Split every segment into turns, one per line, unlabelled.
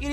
It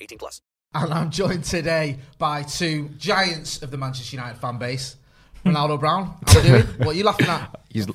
18 plus.
And I'm joined today by two giants of the Manchester United fan base. Ronaldo Brown, how you doing? What are you laughing at?
He's-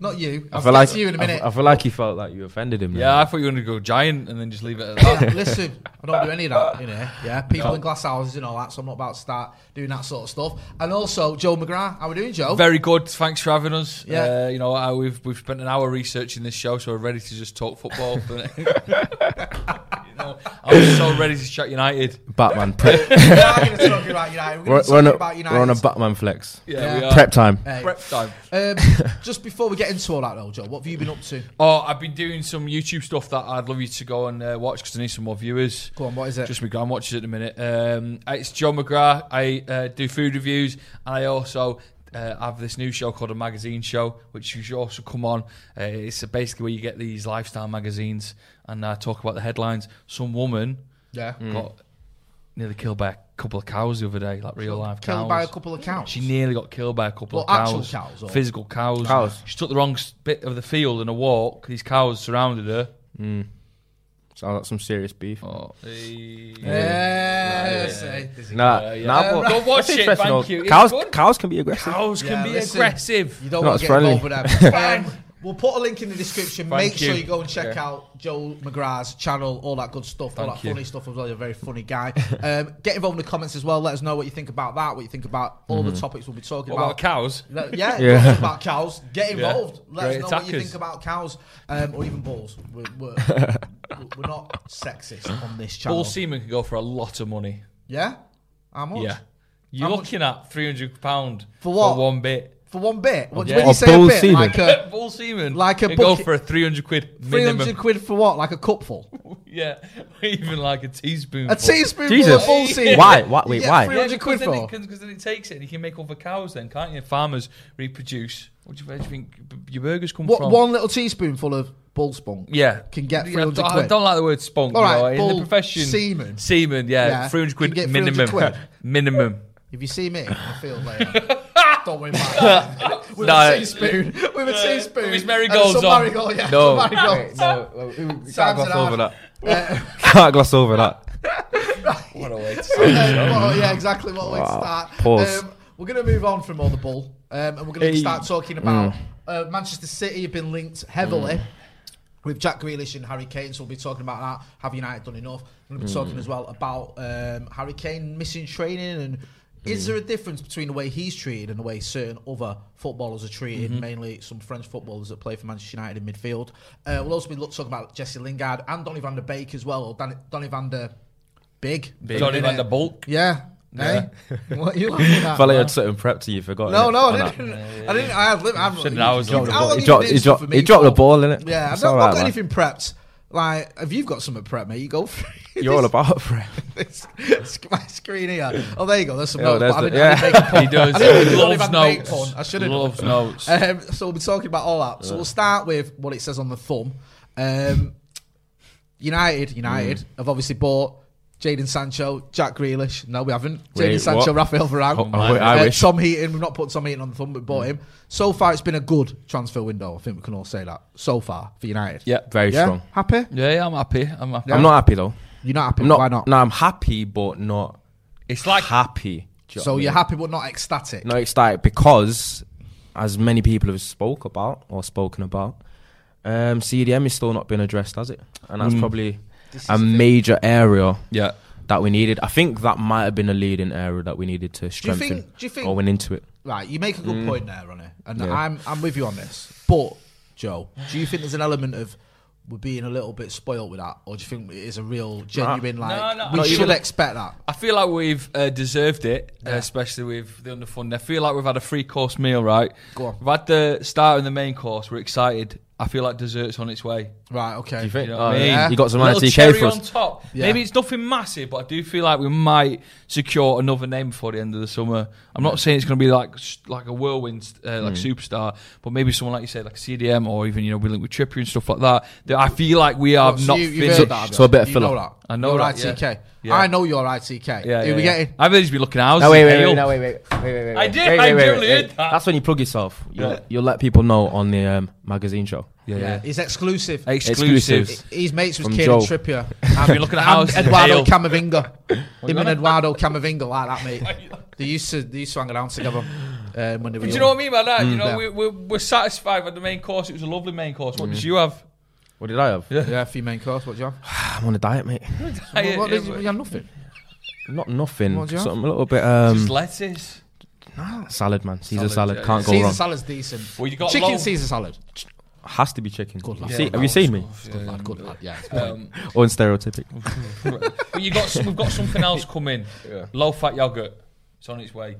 Not you. I'll
I
get
feel like
to you in a
I f-
minute.
I, feel like he felt like you offended him.
Yeah,
there.
I thought you were going to go giant and then just leave it at that.
Yeah, listen, I don't do any of that, you know. Yeah, people in glass houses and all that, so I'm not about to start doing that sort of stuff. And also, Joe McGrath, how are we doing, Joe?
Very good. Thanks for having us.
Yeah.
Uh, you know, uh, we've we've spent an hour researching this show, so we're ready to just talk football. for the- you know, I'm so ready to chat United.
Batman prep.
we are going to talk about United. We're,
we're,
going to
we're on
talk
a,
about United.
we're on a Batman flex.
Yeah, we are.
Prep time.
Hey,
Prep time.
um, just before we get into all that, though, Joe, what have you been up to?
Oh, I've been doing some YouTube stuff that I'd love you to go and uh, watch because I need some more viewers.
Go on, what is it?
Just my grand watches at the minute. Um, it's John McGrath. I uh, do food reviews, and I also uh, have this new show called a magazine show, which you should also come on. Uh, it's basically where you get these lifestyle magazines, and I talk about the headlines. Some woman
Yeah.
Mm.
got nearly killed by a couple of cows the other day, like real life cows.
Killed by a couple of counts.
She nearly got killed by a couple
Well,
of cows.
actual cows or-
Physical cows.
Cows.
She took the wrong s- bit of the field in a walk. These cows surrounded her.
Sounds like some serious beef.
Oh,
Yeah, see.
Nah, nah, but-
Um, Go watch
that's
it,
interesting,
thank
though.
you. It's
Cows,
good.
cows can be aggressive.
Cows can
Yeah,
be
Uh, listen.
aggressive.
You don't
Not
want
as
to get
friendly.
involved with them. um, we'll put a link in the description. Make
Thank
sure
you.
you go and check out Joel McGrath's channel, all that good stuff, all
Thank
that
you.
funny stuff as well. You're a very funny guy. um, get involved in the comments as well. Let us know what you think about that, what you think about all the topics we'll be talking
What about cows?
Let- yeah,
Mm-hmm. Yeah.
talking about cows. Get involved. Let
Great
us know what you
attackers.
think about cows um, or even balls. We're, we're, we're- we're not sexist on this channel.
Bull semen can go for a lot of money.
Yeah? How much?
Yeah. You're
How much-
looking at three hundred pound
For what?
For one bit.
For one bit? What,
Yeah.
When you
Or
say a
bull
bit,
semen.
like a...
Bull semen.
Like a
can go
bucket-
for a three hundred quid
300
minimum.
quid for what? Like a cupful?
Yeah, even like a teaspoon.
A teaspoonful
Jesus.
of bull semen.
Why? Why? Wait,
Yeah,
why?
free- 300 quid for?
Because then it takes it and you can make other cows then, can't you? Farmers reproduce. What do you, where do you think b- your burgers come
What
from?
one little teaspoonful of bull spunk?
yeah.
can get
Yeah,
300
I don't-
quid.
I don't like the word spunk.
All
All
right,
right, In
bull
the profession.
semen.
Semen, yeah.
Yeah,
300
can
quid
get 300
minimum.
quid.
minimum.
If you see me in the field later, don't worry about it. With
No.
a teaspoon. With a teaspoon.
With his
and
marigolds
some
on.
marigold, yeah,
No.
some marigolds.
No, we can't
Sam's
gloss
an
over
arse.
that.
Uh,
Can't gloss over that.
What a way to
Uh, well, yeah, exactly what we
Wow.
start.
Pause.
Um, we're going to move on from all the bull, um, and we're going to
Hey. Mm.
start talking about uh, Manchester City have been linked heavily. With Jack Grealish and Harry Kane, so we'll be talking about that. Have United done enough? We're going to be talking
Mm.
as well about um, Harry Kane missing training and
Mm.
is there a difference between the way he's treated and the way certain other footballers are treated,
Mm-hmm.
mainly some French footballers that play for Manchester United in midfield? Uh, we'll also be look, talking about Jesse Lingard and Donny van der Beek as well, or Dan, Donny van der Big.
Big. Donny van der Bulk.
Yeah. Eh? What are you laughing at?
Felt like you had certain prep to you. Forgot.
no,
innit?
no,
On
I
that.
didn't. I didn't. I had. li- I'm
Shouldn't have hours
How
on the
long
He
you
dropped,
been
he
stuff
dropped,
for
he
me
dropped the
for?
ball, innit?
Yeah, I've
It's
not,
alright,
I've got
man.
anything prepped. Like, if you've got something prepped, mate, you go for it.
You're all about prep.
This- this- my screen here. Oh, there you go. There's some
Yeah,
notes.
there's
but I
the-
didn't- I didn't
yeah.
make a
He does.
I didn't even
Loves
have vape
notes.
on. I should have
Loves notes.
Um, so we'll be talking about all that. So we'll start with what it says on the thumb. Um, United, United
Mm.
have obviously bought Jaden Sancho, Jack Grealish. No, we haven't.
Wait,
Jaden Sancho,
what?
Rafael Varane.
Oh, I- I wish. Mm.
Tom Heaton. We've not put Tom Heaton on the thumb, but bought him. So far, it's been a good transfer window. I think we can all say that. So far for United.
Yeah.
Very
Yeah?
strong.
Happy?
Yeah, yeah, I'm happy. I'm happy.
I'm not happy though.
You're not happy?
I'm not.
Why not?
No, I'm happy, but not
It's like
happy. Do you know
So
what I
you're
mean?
happy but not ecstatic.
No, it's like because, as many people have spoke about or spoken about, um, CDM is still not been addressed, has it? And that's probably a major area
yeah.
that we needed. I think that might have been a leading area that we needed to
you
strengthen
think- do you think-
or went into it.
Right, you make a
Mm.
good point there, Ronnie, and
Yeah.
I'm I'm with you on this. But Joe, do you think there's an element of we're being a little bit spoilt with that, or do you think it is a real genuine like
Uh, no,
we
not
should
even-
expect that?
I feel like we've uh, deserved it, uh, especially with the underfunding. I feel like we've had a three course meal, right?
Go on.
We've had the start and the main course. We're excited. I feel like dessert's on its way.
Right, okay.
You know
Oh,
what I mean?
yeah. You got some
Little
ITK
cherry
for us.
on top.
Yeah.
Maybe it's nothing massive, but I do feel like we might secure another name before the end of the summer. I'm not saying it's going to be like s- like a whirlwind, uh, like
Mm.
superstar, but maybe someone like you said, like CDM, or even you know we link with Trippier and stuff like that. that I feel like we are
Look, so
not
you- you've
finished.
heard that, have you?
so a bit of
You
filler.
know that.
I know
You're
that, yeah.
ITK.
Yeah.
I know you're ITK.
Yeah,
Who
yeah,
we
yeah.
getting?
I think he's been looking out.
No, wait, wait, wait, no, wait, wait, wait, wait, wait.
I
wait,
did-
wait,
I
wait, wait,
literally
wait.
did that.
That's when you plug yourself. You'll,
Yeah.
you'll let people know on the um, magazine show.
Yeah, yeah.
He's exclusive.
Exclusives.
He's mates with
From
Kieran
Joe.
Trippier.
I've been looking at
And
houses in
Eduardo
Hale.
Camavinga. Him and Eduardo Camavinga like that, mate. They used to they used to hang around together um, when they were.
Do you
young.
know what I mean by that? you know,
Mm. Yeah.
we, we're, we're satisfied with the main course. It was a lovely main course.
Mm.
What did you have?
What did I have?
Yeah, a few main course. What do you have?
I'm on a diet, mate.
Hey,
Well, what
yeah,
did you,
but-
you had nothing.
Not nothing.
What do you have?
Something a little bit um,
Just lettuce.
salad, man. Caesar
Salad,
salad,
yeah,
can't
yeah.
go
Caesar
wrong.
salad's decent.
Well, you got
chicken
low-
Caesar salad.
Has to be chicken.
Good lad.
You
Yeah,
see,
good
have you seen me?
Good lad. Good lad. Yeah.
Um,
Or in stereotypic.
but you got we've got something else coming. Low fat yogurt. It's on its way.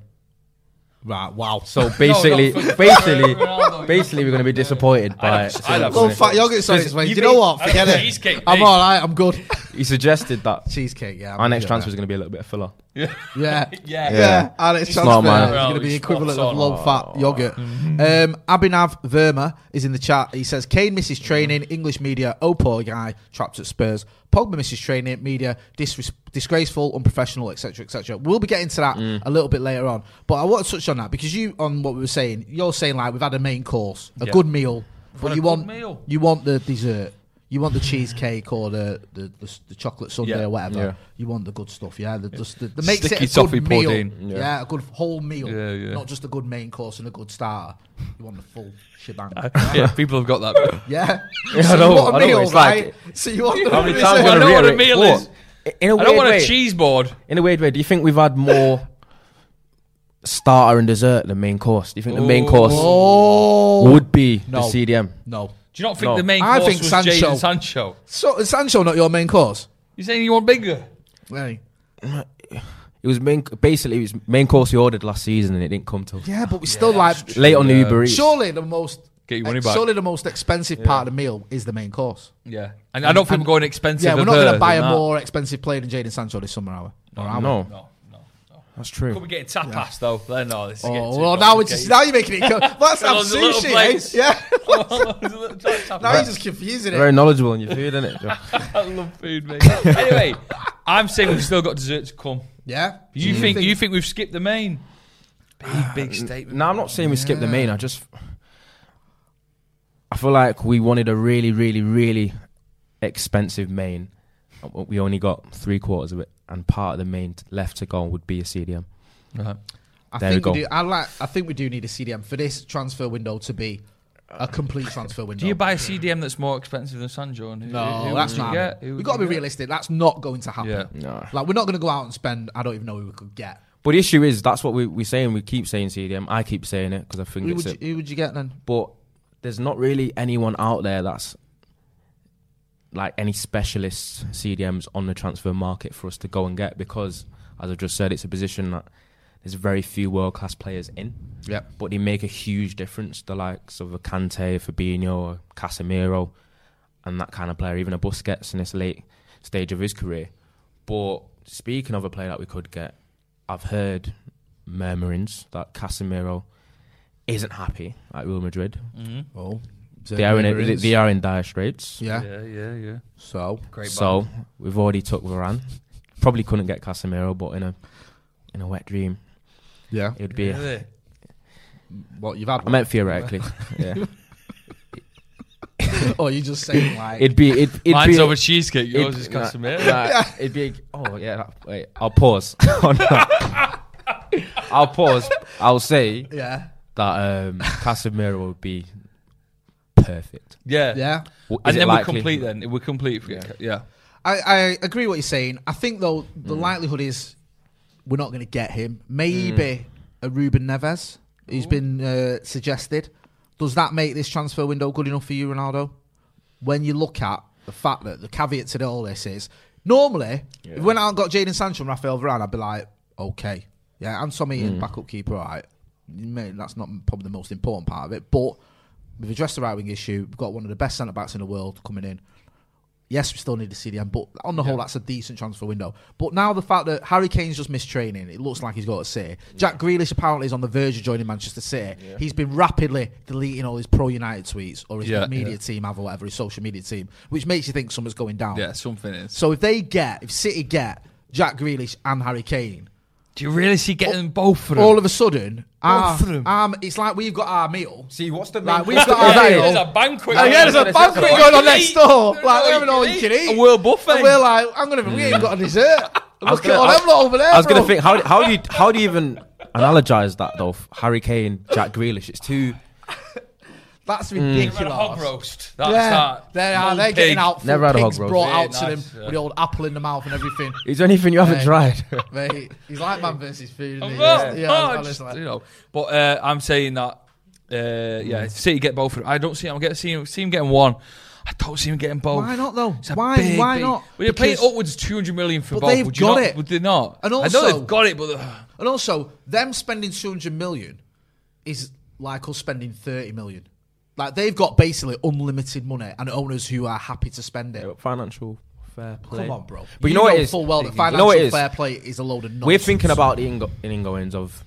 right. Wow. So
So basically,
no, for-
basically,
for Ronaldo,
basically, we're gonna be disappointed by.
I'd have
low fat yogurt sauce.
you
You know
mean-
what?
I
Forget
mean,
it.
cheesecake,
I'm
mate.
all right. I'm good.
He suggested that
Cheesecake. Yeah. I'm
our
with
next
you
transfer is
there.
gonna be a little bit filler.
Yeah.
Yeah.
Yeah, our next transfer
not, man.
is going
Well,
to be
it's
equivalent
spot
of
on.
low fat yogurt. Um, Abhinav Verma is in the chat. He says Kane misses training. English media, oh poor guy, trapped at Spurs. Pogba misses training. Media, disres- disgraceful, unprofessional, etc., etc. We'll be getting to that
Mm.
a little bit later on. But I want to touch on that because you, on what we were saying, you're saying like we've had a main course, a good meal, but
a
you
good
want
meal.
you want the dessert. You want the cheesecake or the the, the, the chocolate sundae
Yeah.
or whatever.
Yeah.
You want the good stuff, yeah. The, just the, the makes
Sticky
it a good
toffee
meal.
pudding.
Yeah. a good whole meal.
Yeah, yeah.
Not just a good main course and a good starter. You want the full shebang.
yeah, people have got that.
yeah.
Yeah,
so
I know,
you want a
I know,
meal,
it's like-
right? so you want the
How many
dessert.
times
I
gonna
don't know what a
reiterate-
meal
what?
is.
In a
I don't
weird
want a
way-
cheese board.
In a weird way, do you think we've had more starter and dessert than main course? Do you think the main course
Oh
would be
No.
the CDM?
no.
Do you not think
No.
the main
I
course
think
was
Sancho.
Jadon Sancho?
So is Sancho not your main course?
You're saying you want bigger?
Hey.
It was main. Basically, it was main course he ordered last season, and it didn't come till
Yeah, but we still like
late on the Uber Eats.
surely the most
Get your money
ex-
back.
surely the most expensive part of the meal is the main course.
Yeah, and I don't think
and-
we're going expensive.
yeah, we're
of
not
her
gonna buy a
than that.
more expensive player than Jaden Sancho this summer hour. Or are we?
No,
No, no. no.
that's
Could
true.
we get tapas though? Then no, this is getting
Oh,
too
well, now, it's
complicated.
now you're making it. Co- Let's have
Those little
sushi, eh?
plates.
Yeah. now you're
I
just confusing
Very
it.
knowledgeable in your food, isn't it?
love food, mate. anyway, I'm saying we've still got dessert to come.
Yeah.
You think, you think we've skipped the main? Big big statement.
No, I'm not saying we skipped the main. I just, I feel like we wanted a really, really, really expensive main. but We only got three quarters of it, and part of the main t- left to go would be a CDM.
Right.
I
There we
think we,
go.
do. I like. I think we do need a CDM for this transfer window to be a complete transfer window.
Do you buy a CDM that's more expensive than Sanjo? And who,
No,
who would
that's
you
not.
get? Who
We've
would
got to
you
be
get?
realistic. That's not going to happen.
Yeah.
No.
Like we're not going to go out and spend. I don't even know who we could get.
But the issue is that's what we, we're saying. We keep saying CDM. I keep saying it because I think
Who
it's
would, you,
it.
who would you get then?
But there's not really anyone out there that's like any specialist CDMs on the transfer market for us to go and get because, as I just said, it's a position that there's very few world class players in.
Yep.
But they make a huge difference. The likes of a Kante, Fabinho, or Casemiro, and that kind of player, even a Busquets in this late stage of his career. But speaking of a player that we could get, I've heard murmurings that Casemiro isn't happy at Real Madrid.
Oh,
They are in
Whoever
a,
is.
they are in dire straits.
Yeah.
Yeah, yeah, yeah.
So
Great.
So we've already took Varane. Probably couldn't get Casemiro, but in a in a wet dream,
yeah,
it would be.
man. Really?
what you've had?
I meant theoretically. yeah,
or you Oh, just saying like
it'd be. It'd, it'd
Mine's
be,
over cheesecake. Yours
it'd-
is
nah,
Casemiro.
nah, It'd be. Oh yeah. that- Wait, I'll pause. on that. I'll pause. I'll say
yeah,
that um, Casemiro would be perfect.
Yeah,
yeah.
W- is
And
it
then we're
likely?
complete. Then we're complete. Yeah. yeah.
I, I agree what you're saying. I think though
Mm.
the likelihood is we're not going to get him.
Mm.
Maybe a Ruben Neves, who's been uh, suggested. Does that make this transfer window good enough for you, Ronaldo? When you look at the fact that the caveat to all this is normally if we went out and got Jaden Sancho and Rafael Varane, I'd be like, okay, yeah, and Tommy
Mm.
and backup keeper, all right. Mate, that's not probably the most important part of it, but we've addressed the right wing issue. We've got one of the best centre backs in the world coming in. Yes, we still need the CDM, but on the whole, that's a decent transfer window. But now the fact that Harry Kane's just missed training, it looks like he's got to City. Jack Grealish apparently is on the verge of joining Manchester City. He's been rapidly deleting all his pro United tweets or his
Yeah,
media
yeah.
team have or whatever his social media team, which makes you think something's going down.
Yeah, something is.
So if they get, if City get Jack Grealish and Harry Kane,
Do you really see getting both of them?
all of a sudden, our,
of them.
um, it's like we've got our meal.
See, what's the
Like we've got our meal.
banquet.
Like, yeah, there's a banquet going on next door. Like we're having all you can eat.
A world buffet.
And we're like, I'm gonna. We
Mm.
ain't got a dessert.
was
Look at
gonna-
all
I-
them lot over there.
I was gonna
bro.
think how do- how do you how do you even analogize that though? Harry Kane, Jack Grealish. It's two. Mm.
that's
Had a hog
ridiculous.
roast. That's
yeah,
that.
they are.
Mulled
They're
pig.
getting out.
Never had a hog
pigs
roast.
brought
Yeah,
out to them
nice, yeah.
with the old apple in the mouth and everything.
Is there anything you haven't
Yeah.
tried?
Mate, he's like man versus food.
Oh,
Isn't he?
well,
yeah,
oh,
honestly.
just, you know. But uh, I'm saying that. Uh, yeah, City get both. Of them. I don't see. I'm getting see, him- see him getting one. I don't see him getting both.
Why not, though?
It's a
Why-
big,
why
big-
not?
Well, you're paying
Because-
upwards 200 million for
But
both.
they've
would you
got
not,
it.
Would they not?
And
I know
also-
they've got it, but uh,
And also, them spending 200 million is like us spending 30 million. Like, they've got basically unlimited money and owners who are happy to spend it.
Financial fair play.
Come on, bro.
But you, know what it is.
full well
You
that
know
financial
what it is?
fair play is a load of nonsense.
We're thinking about the ingo- ingoings of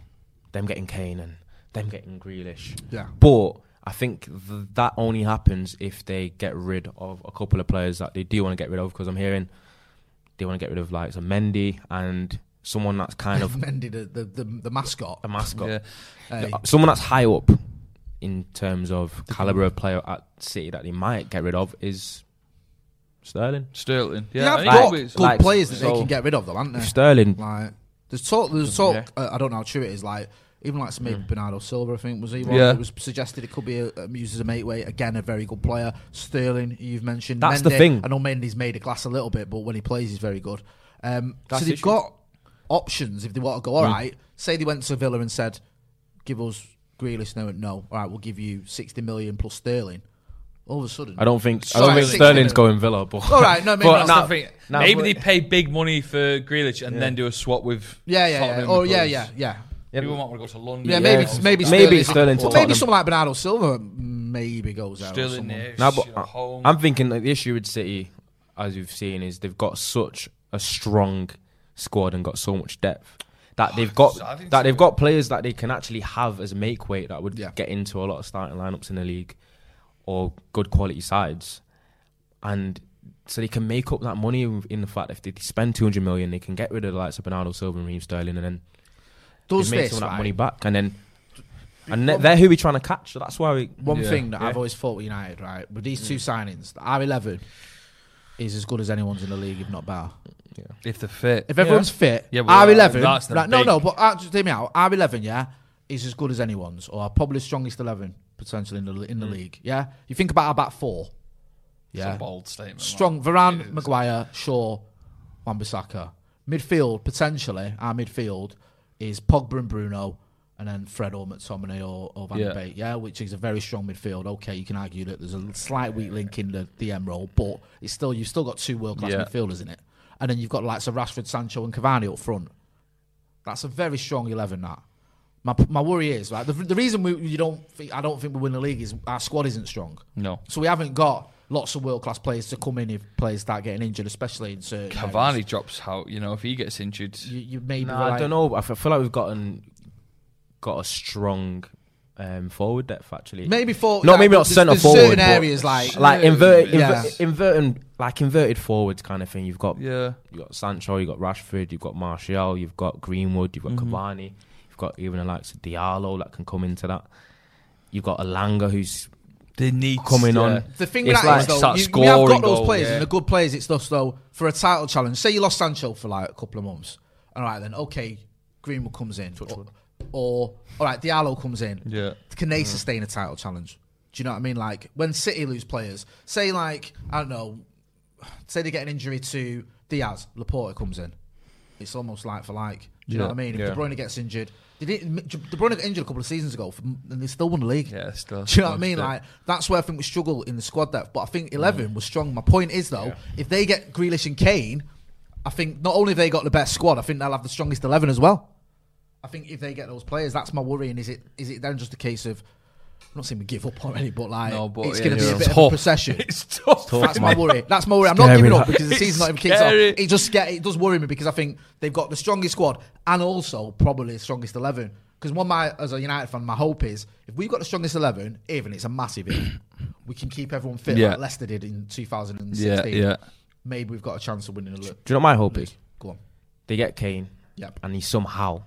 them getting Kane and them getting Grealish.
Yeah.
But I think th- that only happens if they get rid of a couple of players that they do want to get rid of. Because I'm hearing they want to get rid of like some Mendy and someone that's kind of
Mendy, the, the, the, the mascot.
a mascot.
yeah.
Hey,
someone that's high up in terms of caliber of player at City that they might get rid of is Sterling.
Sterling.
they
Yeah,
have
I
got
think it's-
good
like-
players that they
so-
can get rid of, though, aren't they?
Sterling,
Like, there's talk, there's talk,
Yeah.
uh, I don't know how true it is, like, even like
Hmm.
maybe Bernardo Silva, I think was he one
Yeah.
that was suggested it could be a, um, used as a mate weight. Again, a very good player. Sterling, you've mentioned.
That's the
Mendy,
thing.
I know Mendy's made a glass a little bit, but when he plays, he's very good. Um, so
That's
they've
the issue. Hmm.
got options if they want to go. All right, say they went to Villa and said, "Give us Grealish." No, no. All right, we'll give you sixty million plus Sterling. All of a sudden,
I don't think I
Sorry,
don't think
six
Sterling's
minutes.
going Villa. But
All right, no, maybe
but
not.
nah,
I think
nah,
maybe
but-
they pay big money for Grealish and then do a swap with.
Yeah, yeah, yeah.
Tottenham
Or yeah,
because
yeah, yeah.
People might want to go to London.
Yeah, maybe
Yeah.
maybe
Maybe
Sterling,
Sterling
Or
to
maybe
Tottenham.
someone like Bernardo Silva maybe goes out. or
Sterling.
someone.
Nix,
Nah, but
you know, Holmes.
I'm thinking that the issue with City, as you've seen, is they've got such a strong squad and got so much depth that they've got
I think
that
so.
they've got players that they can actually have as make weight that would
Yeah.
get into a lot of starting lineups in the league or good quality sides, and so they can make up that money in the fact if they spend 200 million, they can get rid of the likes of Bernardo Silva and Raheem Sterling, and then
Does
they make
this
some of that
right?
money back, and then. And they- they're who we're trying to catch, so that's why we.
One thing that
Yeah.
I've always thought with United, right, with these two signings, the R11 is as good as anyone's in the league, if not better.
if they're fit.
If everyone's fit,
Yeah, well,
R11,
that's the
right, no,
big-
no, but uh, just hear me out. R11, yeah, is as good as anyone's, or probably the strongest 11 potential in the in
Mm.
the league. Yeah, you think about our back four.
It's
Yeah,
a bold statement.
Strong Varane, Maguire, Shaw, Wan-Bissaka. Midfield potentially our midfield is Pogba and Bruno, and then Fred or McTominay or, or Van de
Yeah.
Beek. Yeah, which is a very strong midfield. Okay, you can argue that there's a slight weak link in the DM role, but it's still you've still got two world class
Yeah.
midfielders in it, and then you've got likes of Rashford, Sancho, and Cavani up front. That's a very strong eleven. That my my worry is right. The, the reason we you don't think, I don't think we win the league is our squad isn't strong.
No.
so we haven't got lots of world class players to come in if players start getting injured, especially in certain. areas.
Cavani drops out. You know, if he gets injured,
you, you maybe
Nah, I don't know. I f- I feel like we've gotten got a strong um, forward depth actually.
Maybe for
not maybe not
there's-
centre
there's
forward.
Certain
but
areas like
like invert,
Yeah.
invert- inverting like inverted forwards kind of thing. You've got
Yeah.
you got Sancho, you have got Rashford, you've got Martial, you've got Greenwood, you've got
Mm-hmm.
Cavani, you've got even the likes of Diallo that can come into that. You've got Alanga who's
They need
coming on.
The thing with
It's
that
like-
is though,
start
you, we have
scoring
got those
goals,
players,
yeah.
and the good players. It's just though for a title challenge. Say you lost Sancho for like a couple of months. All right, then okay, Greenwood comes in, or, or all right, Diallo comes in.
Yeah.
can they sustain a title challenge? Do you know what I mean? Like when City lose players, say like I don't know, say they get an injury to Diaz, Laporta comes in. It's almost like for like. Do you know
Yeah,
what I mean? If
yeah.
De Bruyne gets injured, they didn't, De Bruyne got injured a couple of seasons ago, and they still won the league.
Yeah, still.
Do you know what I
Still
mean?
did.
Like that's where I think we struggle in the squad depth. But I think
Mm.
eleven was strong. My point is though, if they get Grealish and Kane, I think not only have they got the best squad, I think they'll have the strongest eleven as well. I think if they get those players, that's my worry. And is it is it then just a case of I'm not saying we give up already, but like
No, but
it's
yeah,
going to be
yeah.
a bit of
Tough.
a procession.
It's tough.
That's my worry. That's my worry. I'm not
Scary,
giving up
that.
because the
It's
season's not even kicked off.
scary.
It just sca- it does worry me because I think they've got the strongest squad and also probably the strongest eleven. Because one, my as a United fan, my hope is if we've got the strongest eleven, even it's a massive, if, we can keep everyone fit
Yeah.
like Leicester did in
Yeah,
2016.
yeah.
Maybe we've got a chance of winning a look.
Do you know what my hope is?
Go on.
They get Kane
Yep.
and he somehow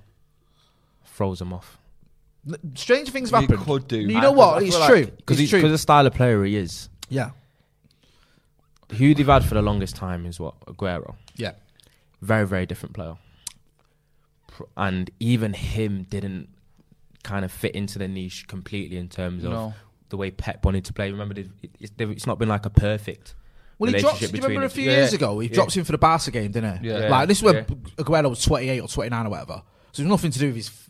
throws them off.
L- Strange things
You
have happened.
could do.
You know
I-
what?
I
It's
feel
true.
like- Because
it's
he- 'cause
true.
the style of player he is,
Yeah.
who they've had for the longest time is what Aguero.
Yeah.
Very very different player, Pr- and even him didn't kind of fit into the niche completely in terms of
No.
the way Pep wanted to play. Remember, they- it- it's, they've- it's not been like a perfect.
Well, he drops. Do
relationship
you remember a
between
few
the-
years
Yeah,
ago? He
yeah.
drops in for the Barca game, didn't he?
Yeah.
Like this is when
Yeah.
Aguero was 28 or 29 or whatever. So it's nothing to do with his f-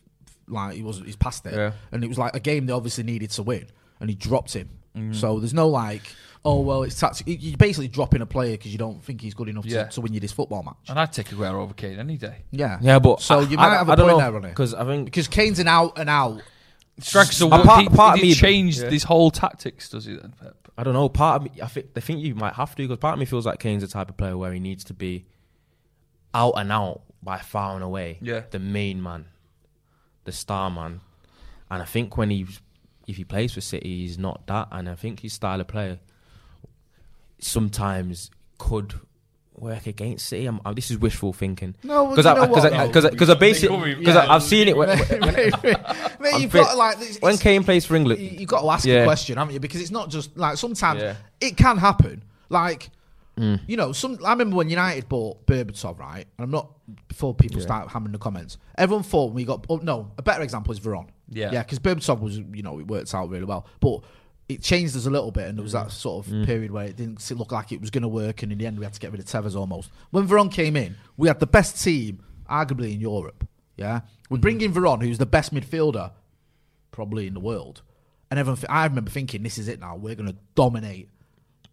like he wasn't he's past it,
Yeah.
and it was like a game they obviously needed to win, and he dropped him. So there's no like, oh well, it's tactic. You're basically dropping a player because you don't think he's good enough
Yeah.
to, to win you this football match.
And I'd take Aguero over Kane any day.
Yeah,
Yeah, but
so
I-
you
I-
might have a
I don't
point
know,
there on it
'cause I think-
because Kane's an out and out.
Strikes a
Apart-
part, he,
apart
he
me-
changed
Yeah.
his whole tactics, does he then? Pep?
I don't know. Part of me, I think, I think you might have to because part of me feels like Kane's the type of player where he needs to be out and out by far and away,
Yeah.
the main man, the star man. And I think when he's if he plays for City, he's not that. And I think his style of play sometimes could work against City. I'm, i this is wishful thinking.
No, well,
because
you know
because
what,
I,
though?
because I, because I basically because I- I've seen it when, when-
Mate, you've
fit-
got like this-
when
it's-
Kane plays for England.
you- you've got to ask the
Yeah.
question, haven't you? Because it's not just like sometimes
Yeah. Mm.
it can happen. Like you know, some I remember when United bought Berbatov, right? And I'm not before people start hammering the comments. Everyone thought we got oh, no. A better example is Veron.
Yeah.
yeah, because Berbatov was you know it worked out really well, but. It changed us a little bit, and there was
Mm.
that sort of period where it didn't s- look like it was going to work, and in the end, we had to get rid of Tevez almost. When Veron came in, we had the best team, arguably in Europe. Yeah,
Mm.
we bring in Veron, who's the best midfielder probably in the world. And everyone, th- I remember thinking, this is it now. We're going to dominate,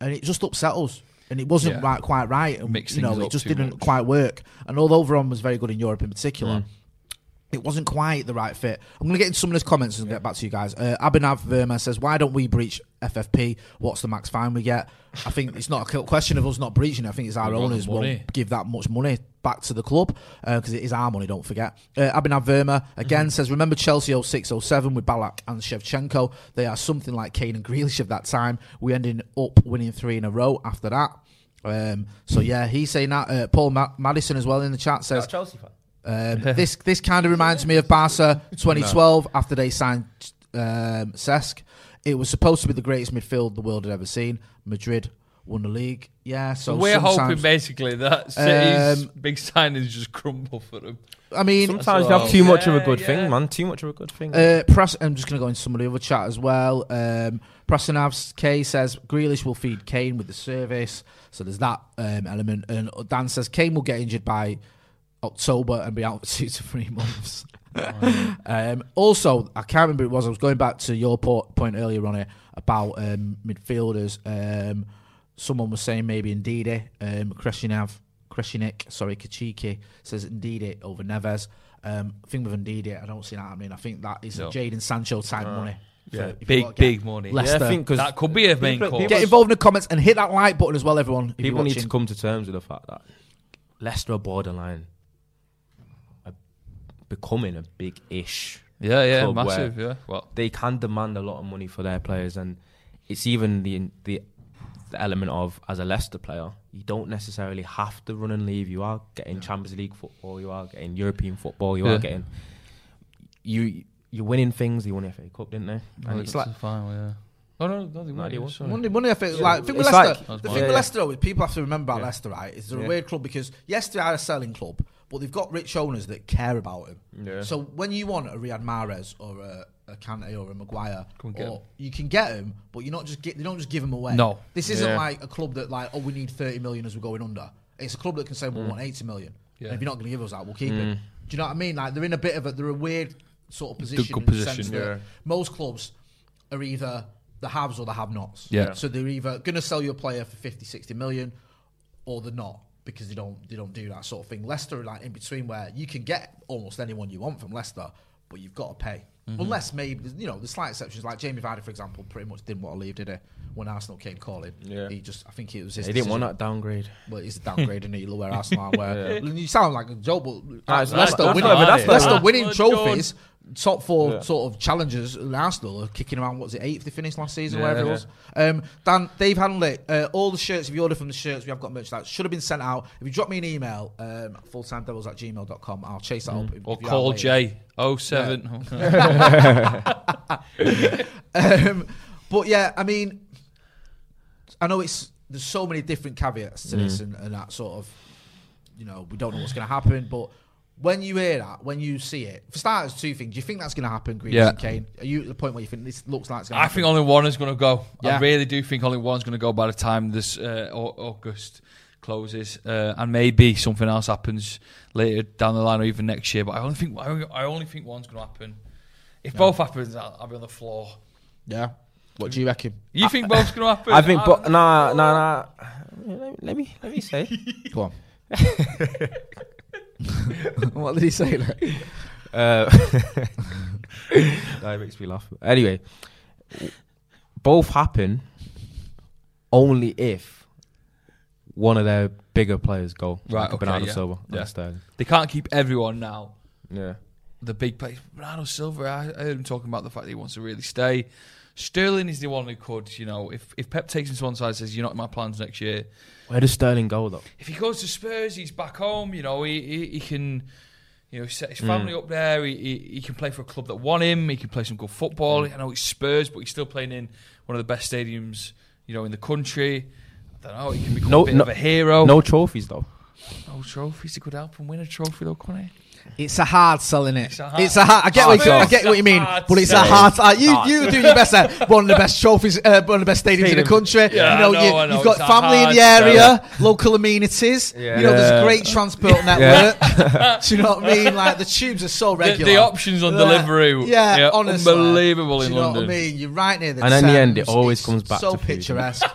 and it just upset us. And it wasn't
Yeah.
right, quite right, and
Mixed
you know,
things
it
up
just
too
didn't
much. Mm.
quite work. And although Veron was very good in Europe in particular, it wasn't quite the right fit. I'm going to get into some of those comments and get back to you guys. Uh, Abhinav Verma says, "Why don't we breach FFP? What's the max fine we get?" I think it's not a question of us not breaching. it. I think it's our
We want the
owners
money.
won't give that much money back to the club because it is our money. Don't forget. Uh, Abhinav Verma
Mm-hmm.
again says, "Remember Chelsea 0607 with Balak and Shevchenko? They are something like Kane and Grealish of that time. We ended up winning three in a row after that." Um, so yeah, he's saying that. Uh, Paul Ma- Madison as well in the chat says
Chelsea fan.
um, this this kind of reminds me of Barca 2012 after they signed um, Cesc. It was supposed to be the greatest midfield the world had ever seen. Madrid won the league. Yeah, so
We're hoping
sometimes-
basically that City's
Um,
big signings just crumble for them.
I mean,
Sometimes you have
well.
too much of a
Yeah,
good
yeah.
thing, man. Too much of a good thing.
Uh, Pras- I'm just going to go into some of the other chat as well. Um, Prasanavs K says Grealish will feed Kane with the service, so there's that um, element. And Dan says Kane will get injured by October and be out for two to three months. um, also, I can't remember who it was. I was going back to your po- point earlier on it about um, midfielders. Um, someone was saying maybe Ndidi, um, Kreshinav, Kreshnik, sorry, Kachiki says Ndidi over Neves. Um, I think with Ndidi, I don't see that happening. I think that is
No.
Jaden Sancho type money.
Yeah,
If you
big,
wanna get
big money.
less-
yeah, I
Leicester.
think because
That could be a main
people-
course.
people-
Get involved in the comments and hit that like button as well, everyone. if you're
People need to
watching.
come to terms with the fact that Leicester are borderline are becoming a big ish
Yeah, yeah,
club where
massive. Yeah, well,
They can demand a lot of money for their players, and it's even the the, the element of as a Leicester player, you don't necessarily have to run and leave. You are getting Champions League football, you are getting European football, you
Yeah.
are getting you you're winning things. They won the FA Cup, didn't they? And it's like
final. Yeah. Oh no, no, they
No,
weren't,
they
yeah,
weren't.
sorry.
Monday, Monday, I think, like, I think with
It's
Leicester,
like-
the
Yeah,
thing with
yeah.
Leicester, though, is people have to remember about Leicester, right? Is they're a
Yeah.
weird club because, yes, they are a selling club, but they've got rich owners that care about him.
Yeah.
So when you want a Riyad Mahrez or a, a Kante or a Maguire,
Come and get
or-
him.
you can get him, but you're not just get, they don't just give him away.
No.
This isn't
Yeah.
like a club that, like, oh, we need 30 million as we're going under. It's a club that can say, we want 80 million.
Mm. Yeah. Mm.
And if you're not going to give us that, we'll keep him. Do you know what I mean? Like, they're in a bit of a, they're a weird sort of position.
Difficult
in the sense
position,
that
yeah.
Most clubs are either the haves or the have-nots.
Yeah.
So they're either going to sell you a player for 50, 60 million, or they're not because they don't they don't do that sort of thing. Leicester are like in between where you can get almost anyone you want from Leicester, but you've got to pay.
Mm-hmm.
Unless maybe you know the slight exceptions like Jamie Vardy for example, pretty much didn't want to leave, did he? When Arsenal came calling,
Yeah.
he just I think it was his.
they didn't want
decision.
that downgrade.
Well, it's a downgrade, and you look where Arsenal are. Where you sound like a joke, but
Ah, it's
Leicester,
not- that's
winning,
not- but that's not
Leicester
bad.
winning
Good
trophies, top four sort of challengers. and Arsenal are kicking around. What's it eighth? They finished last season,
Yeah,
wherever it
yeah.
was. Um, Dan, Dave Hanley, uh, all the shirts. If you order from the shirts, we have got merch that should have been sent out. If you drop me an email, um, fulltimedevils at gmail.com, I'll chase that up. if-
Mm-hmm. Or
if you are
call
waiting.
Jay. Oh seven.
Um, but yeah, I mean, I know it's there's so many different caveats to
Mm.
this and, and that sort of, you know, we don't know what's going to happen. But when you hear that, when you see it, for starters, two things: do you think that's going to happen, Grealish
Yeah.
and Kane? Are you at the point where you think this looks like it's going to
I
happen?
think only one is going to go.
Yeah.
I really do think only one's going to go by the time this uh, Au- August closes, uh, and maybe something else happens later down the line or even next year. But I only think I only, I only think one's going to happen. If both happens, I'll, I'll be on the floor.
yeah. What do you reckon?
You think both's going to happen? Um,
I think, but
I'm-
nah, nah, nah. Let me- Let me let me say.
Go on. what did he say? Like?
Uh, that makes me laugh. Anyway, both happen only if one of their bigger players go.
Right,
Like a
okay,
Bernardo
yeah.
Silva and
Yeah.
Sterling.
they can't keep everyone now.
Yeah.
the big plays. Bernardo Silva, I I heard him talking about the fact that he wants to really stay. Sterling is the one who could, you know, if, if Pep takes him to one side and says, You're not in my plans next year.
Where does Sterling go though?
If he goes to Spurs, he's back home, you know, he, he, he can, you know, set his family up there. He, he, he can play for a club that want him. He can play some good football. I know it's Spurs, but he's still playing in one of the best stadiums, you know, in the country. I don't know, he can become
No-
a bit
no-
of a hero.
No trophies though.
no trophies, he could help him win a trophy though, couldn't he?
It's a hard sell, is it? It's
It's
a
a
hard.
hard-
I get what you, I
Hard
get what you mean,
sell.
but it's a
Hard
hard. sell. you you do your best. There. One of the best trophies, uh, one of the best stadiums in the
Stadium.
country.
Yeah,
you know,
I know,
you,
I know.
have got
It's a
family in
hard
the area,
sell.
local amenities.
Yeah.
You know, there's
Yeah.
a great transport network. do you know what I mean? Like the tubes are so
The,
regular.
the options on
Yeah.
delivery,
yeah, honestly,
unbelievable
Do
in
you know
London.
what I mean? You're right near the.
And in the end, it
Thames.
always
It's
comes back
so
to food.
picturesque.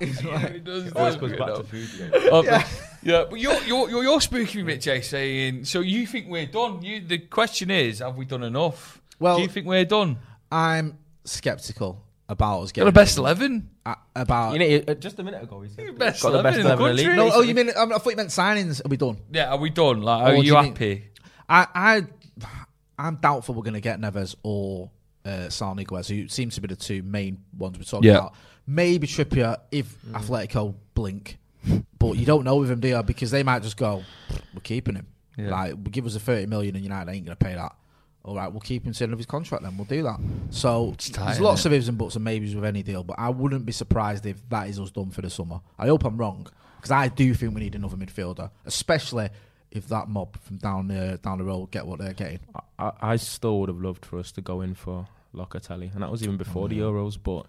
It's like-
It does
Always
do,
goes
you
back
know.
to food.
Up the- yeah. but you're you're you're, you're spooking me, Jay, saying so you think we're done. You the question is, have we done enough?
Well-
do you think we're done?
I'm skeptical about us
Got
getting
the best eleven.
uh, about.
You know, uh, just a minute ago he said
Best
got the best
eleven in the
eleven in the
country.
league.
no, oh, you mean I, mean, I thought you meant signings. Are we done?
Yeah, are we done? Like,
Or
are
do
you
you think-
happy?
I, I, I'm doubtful we're going to get Neves or uh, Sal Niguez, who seems to be the two main ones we're talking
Yeah.
about. Maybe Trippier if Atletico blink, but you don't know with him, do you? Because they might just go, we're keeping him. Like, give us a thirty million, and United ain't going to pay that. All right, we'll keep him to the end of his contract. Then we'll do that. So
tight,
there's
isn't
lots
it?
of ifs and buts and maybes with any deal, but I wouldn't be surprised if that is us done for the summer. I hope I'm wrong because I do think we need another midfielder, especially if that mob from down the down the road get what they're getting.
I, I still would have loved for us to go in for Locatelli, and that was even before the Euros. But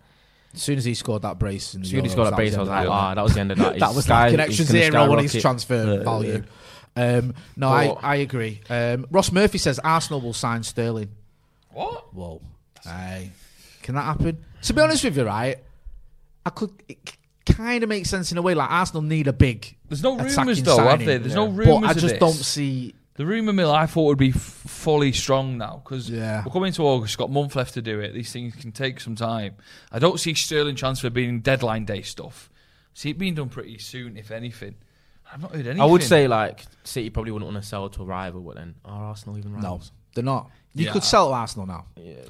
As soon as he scored that brace, in the
as soon as he
Euros,
got that base,
the
I was like, ah,
end of
that was the end of that.
that
He's
was
sky-
like an
he's
extra
gonna
zero on his
skyrocket. Uh,
transfer value. Um, no, I, I agree. Um, Ross Murphy says Arsenal will sign Sterling.
What?
Whoa. Aye. Can that happen? To be honest with you, right? I could. It kind of makes sense in a way. Like Arsenal need a big.
There's no rumours,
attacking
though, have
signing.
there? There's no
But
rumours
I
of
just
this.
don't see.
The rumour mill I thought would be f- fully strong now because
Yeah.
we're coming to August, got a month left to do it. These things can take some time. I don't see Sterling transfer being deadline day stuff. See it being done pretty soon, if anything. I've not heard anything.
I would say like City probably wouldn't want to sell to a rival, but then are Arsenal even
No,
rivals?
They're not. You could sell Arsenal now.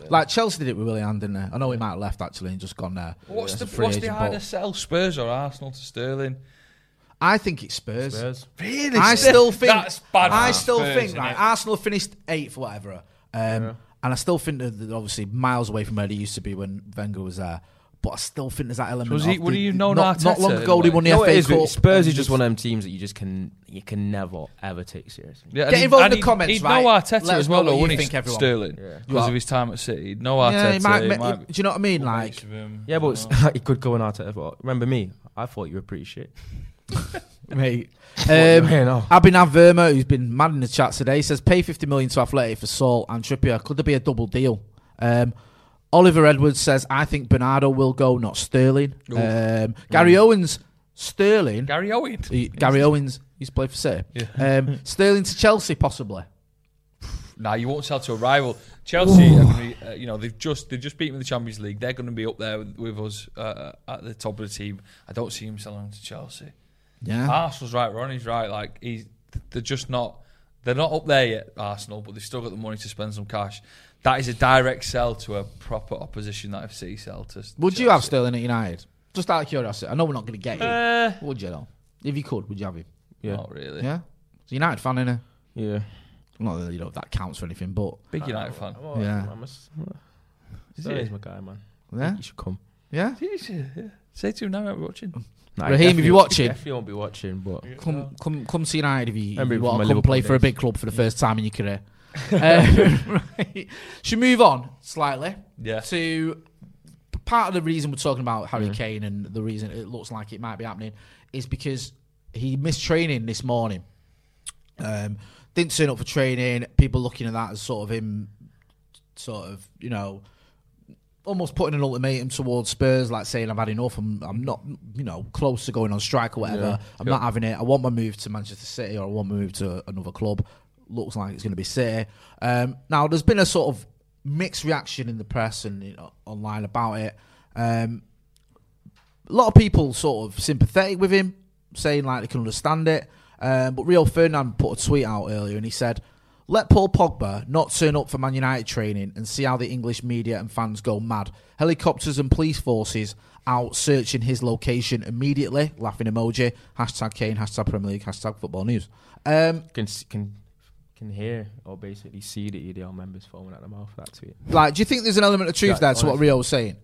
Like Chelsea did it with Willian, didn't they? I know he might have left actually and just gone there.
What's
As a
the
free
what's the
agent,
harder
but
sell Spurs or Arsenal to Sterling?
I think it's Spurs.
Really?
I still think
that's bad.
I
for
still
Spurs,
think
isn't
like,
it?
Arsenal finished eighth, or whatever, um, and I still think that they're obviously miles away from where they used to be when Wenger was there. But I still think there's that element.
Was
of
he- would
the-
he have known
not, not
Arteta
long
in a
ago they
way?
won the
You know what
FA
it is,
Cup.
Spurs is
and
just one of them teams that you just can you can never ever take seriously.
Yeah, and
Get
he'd-
involved in
and
the
he'd-
comments,
He'd
right?
know Arteta
Let us
as well,
know what
though,
you
wouldn't
think,
he?
everyone.
Sterling, because of his time at City. He'd know Arteta.
Yeah, he might,
he
ma-
might-
do you know what I mean?
What
Like,
makes of him?
Yeah, but it's- it could go on out well. Remember me? I thought you were pretty shit.
mate.
you
Um,
know?
Abhinav Verma, who's been mad in the chat today, says pay 50 million to Athletic for Saul and Trippier. Could there be a double deal? Um, Oliver Edwards says, I think Bernardo will go, not Sterling. Um, Gary Owens, Sterling.
Gary Owen.
He- Gary Owens used to play for City. Um, Sterling to Chelsea, possibly.
Nah, you won't sell to a rival. Chelsea, are gonna be, uh, you know, they've just they've just beaten the Champions League. They're going to be up there with, with us uh, at the top of the team. I don't see him selling to Chelsea.
Yeah.
Arsenal's right, Ronnie's right. Like he's, they're just not, they're not up there yet. Arsenal, but they've still got the money to spend some cash. That is a direct sell to a proper opposition that if City sell to.
Would you have Sterling at United? Just out of curiosity. I know we're not going to get him. would you, though? If you could, would you have him?
Yeah. Not really.
Yeah. He's a United fan, innit?
Yeah.
Not that you know that counts for anything, but
Big United fan.
yeah,
Sterling's my guy, man.
yeah,
You should come.
yeah.
Say to him now, we're watching.
Nah,
Raheem, if you're watching,
definitely won't be watching. But
come come come see United if you, if
Remember
you
from
want
my
to come play
Liverpool
for a
days.
big club for the first time in your career. uh, right. Should we move on slightly
Yeah.
to part of the reason we're talking about
Mm-hmm.
Harry Kane and the reason it looks like it might be happening is because he missed training this morning. Um, didn't turn up for training. People looking at that as sort of him, sort of you know, almost putting an ultimatum towards Spurs, like saying I've had enough. I'm, I'm not, you know, close to going on strike or whatever. I'm not having it. I want my move to Manchester City or I want my move to another club. Looks like it's going to be City. Um, now, there's been a sort of mixed reaction in the press and you know, online about it. Um, a lot of people sort of sympathetic with him, saying like they can understand it. Um, but Rio Ferdinand put a tweet out earlier and he said, "Let Paul Pogba not turn up for Man United training and see how the English media and fans go mad. Helicopters and police forces out searching his location immediately." Laughing emoji. Hashtag Kane. Hashtag Premier League. Hashtag Football News. Um,
can s- can can hear or basically see the EDL members foaming at the mouth for that tweet.
like, do you think there's an element of truth
Yeah,
there to what
honestly.
Rio was saying?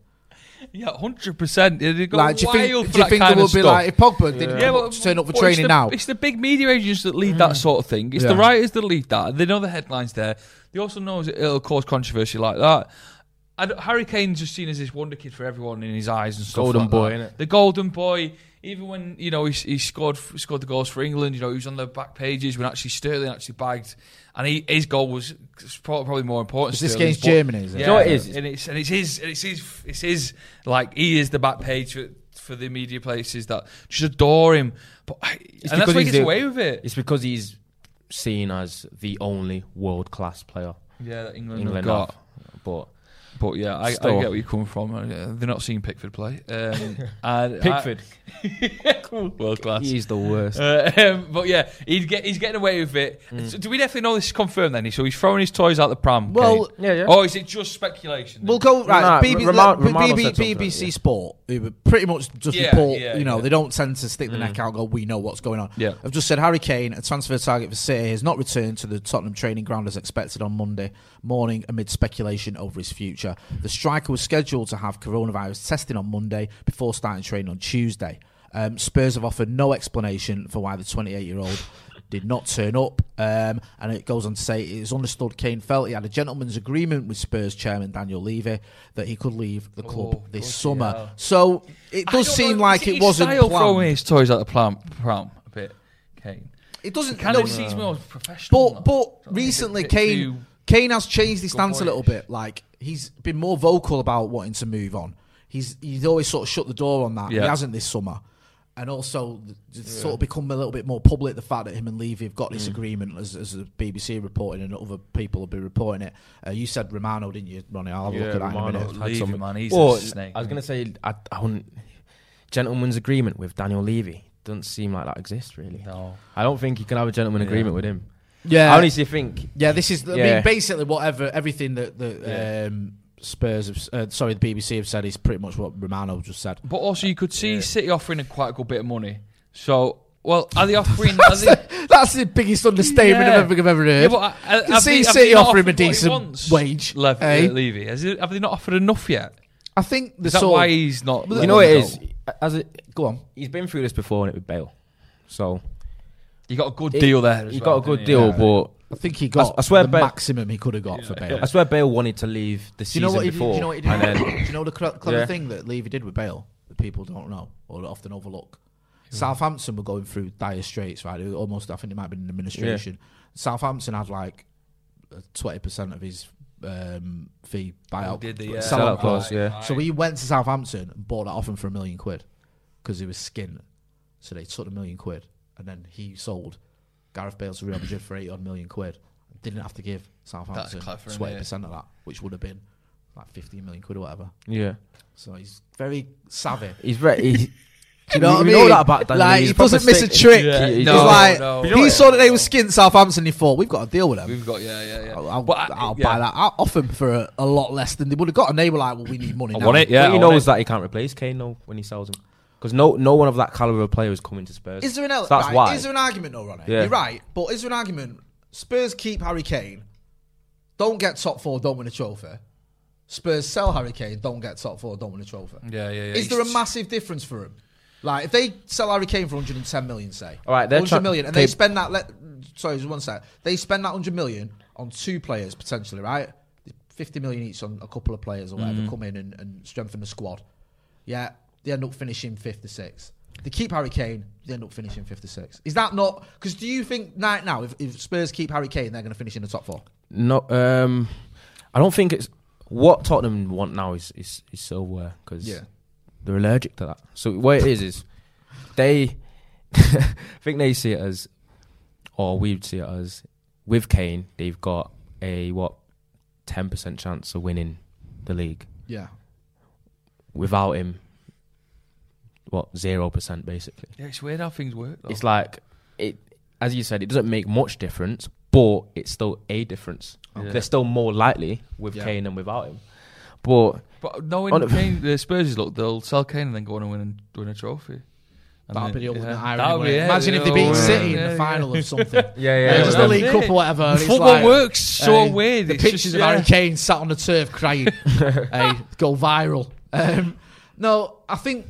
Yeah, hundred percent. They go
Like, do you
wild
think, do you
for
think
that
there
kind
would be
of stuff.
like if Pogba didn't come
but-
up to turn up for
but it's
training
the-
now?
It's the big media agents that lead
Mm.
that sort of thing. It's the
Yeah.
writers that lead that. They know the headlines there. They also know it'll cause controversy like that. I don't- Harry Kane's just seen as this wonder kid for everyone in his eyes and stuff.
Golden
like
boy,
that.
innit?
The golden boy. Even when you know he, he scored scored the goals for England, you know he was on the back pages when actually Sterling actually bagged, and he, his goal was probably more important.
Is this
Sterling's,
against
but-
Germany? Is it?
yeah,
know what it is?
and it's and it's his, and it's his, it's his. Like he is the back page for, for the media places that just adore him. But I, and that's
because
why he
he's
gets
the-
away with it.
It's because he's seen as the only world class player
Yeah, that England,
England
have got.
got. But
But yeah, I, I get
Still.
where you're coming from. Uh, They're not seeing Pickford play. Um, and
Pickford,
I, world class.
he's the worst.
Uh, um, but yeah, he'd get, he's getting away with it.
Mm.
So do we definitely know this is confirmed then? So he's throwing his toys out the pram.
Well-
Kane?
Yeah, yeah.
Or is it just speculation? then?
We'll go right.
Nah,
BB,
Ramo-
let-
Romano
BB
said something
BBC
like that.
Sport, who were pretty much just
Yeah,
report.
yeah,
you know,
yeah.
they don't tend to stick the neck out. and Go, we know what's going on.
Mm. Yeah.
I've just said Harry Kane, a transfer target for City, has not returned to the Tottenham training ground as expected on Monday morning amid speculation over his future. The striker was scheduled to have coronavirus testing on Monday before starting training on Tuesday. Um, Spurs have offered no explanation for why the 28 year old did not turn up. Um, and it goes on to say it is understood Kane felt he had a gentleman's agreement with Spurs chairman Daniel Levy that he could leave the club
Oh,
this
bloody
summer.
hell.
So it
I
does
don't
seem
know,
like
is
it
his
wasn't
style throwing
planned.
his toys at the pram, pram a bit, Kane.
It doesn't.
Kane
no,
seems more professional.
but
though.
but recently
Bit too-
Kane Kane has changed his
Good
stance a
boyish.
little bit. Like he's been more vocal about wanting to move on. He's he's always sort of shut the door on that. He
Yeah.
hasn't this summer. And also, th- it's sort of become a little bit more public the fact that him and Levy have got
Mm.
this agreement, as, as the BBC reporting and other people have been reporting it. Uh, you said Romano, didn't you, Ronnie? I'll have a look at that in a minute.
Leave him, man. He's
Well,
a snake.
I was gonna say I, I wouldn't, gentleman's agreement with Daniel Levy doesn't seem like that exists really.
No.
I don't think you can have a gentleman agreement with him.
Yeah.
I honestly think
Yeah, this is. I
Yeah.
mean, basically, whatever everything that that um, Spurs, have, s- uh, sorry, the BBC have said is pretty much what Romano just said.
But also, you could see City offering a quite a good bit of money. So, well, are they offering? are they,
That's the biggest understatement
Yeah.
I've ever, I've ever heard.
yeah, but, uh,
You
have
can
they-
see
have they
City
not
offer him a
offered what he
decent
wants,
wage.
Lev-
eh?
uh, Levy, Has he- have they not offered enough yet?
I think the
Is that
sort
why
of-
he's not?
you know what it is. As it,
Go on.
he's been through this before, and it with Bale. So
You got a good deal there. as
He
well,
got a good
didn't he?
deal, but
I think he got
I swear
the
Bale-
maximum he could have got for Bale.
I swear Bale wanted to leave the
Do you
season
know what he did?
before.
Do you know what he did?
And then,
do you know the cl- clever
Yeah.
thing that Levy did with Bale that people don't know or often overlook? Southampton were going through dire straits, right? It was almost, I think it might have been an administration. Southampton had like uh, twenty percent of his um, fee buyout,
did they?
b-
Yeah.
Sellout
sellout
clause,
clause.
yeah.
So he went to Southampton, and bought that off him for a million quid because he was skinned. So they took the million quid, and then he sold Gareth Bale to Real Madrid for eight odd million quid. Didn't have to give Southampton
clever, isn't
twenty percent of that, which would have been like fifteen million quid or whatever.
yeah,
So he's very savvy.
he's very. He's,
You know
we,
what I
we
mean?
know that about Daniel.
Like,
He's
he doesn't
proper
miss a
stick-
trick.
Yeah,
He's
He's
no,
like,
no.
he saw that they were skinned Southampton, he thought, we've got to deal with them.
We've got yeah, yeah, yeah.
I'll, I'll,
But I-
I'll
yeah.
buy that. I'll offer him for a, a lot less than they would have got. And they were like, well, we need money
I
now.
want it. Yeah,
But
I
he
want
knows
it.
that he can't replace Kane though, when he sells him, because no, no one of that caliber of player is coming to Spurs.
Is there an
So
el-
that's
right,
why.
Is there an argument though, Ronnie?
Yeah.
You're right, but is there an argument? Spurs keep Harry Kane, don't get top four, don't win a trophy. Spurs sell Harry Kane, don't get top four, don't win a trophy.
Yeah, yeah, yeah.
Is there a massive difference for him? Like if they sell Harry Kane for 110 million, say,
All right, they're
100
try-
million, and
they-
they spend that. Let sorry, just one sec. They spend that 100 million on two players potentially, right? 50 million each on a couple of players or whatever come in and, and strengthen the squad. Yeah, they end up finishing fifth or sixth. They keep Harry Kane, they end up finishing fifth or sixth. Is that not? Because do you think right now, if, if Spurs keep Harry Kane, they're going to finish in the top four?
No, um, I don't think it's what Tottenham want now is is, is silverware because
Yeah.
they're allergic to that. So what it is is they I think they see it as, or we'd see it as, with Kane they've got a what ten percent chance of winning the league.
Yeah.
Without him, what zero percent basically.
Yeah, it's weird how things work. Though.
It's like it, as you said, it doesn't make much difference, but it's still a difference. They're still more likely with
Yeah.
Kane than without him. But
But
On
knowing
the-
Kane, the Spurs look, they'll sell Kane and then go on and win and win a trophy. And
That'd
then-
be the
yeah.
ultimate
That'd
irony.
be
wouldn't it?
it.
Imagine if they
Yeah,
beat
yeah,
City in
yeah,
the
yeah.
final of something.
yeah,
Yeah, it was the
that's
League
it.
Cup or whatever. and it's
Football
like-
works so
Hey,
weird.
Um, The
it's
pictures
just,
of
yeah.
Harry Kane sat on the turf crying, hey, go viral. Um, no, I think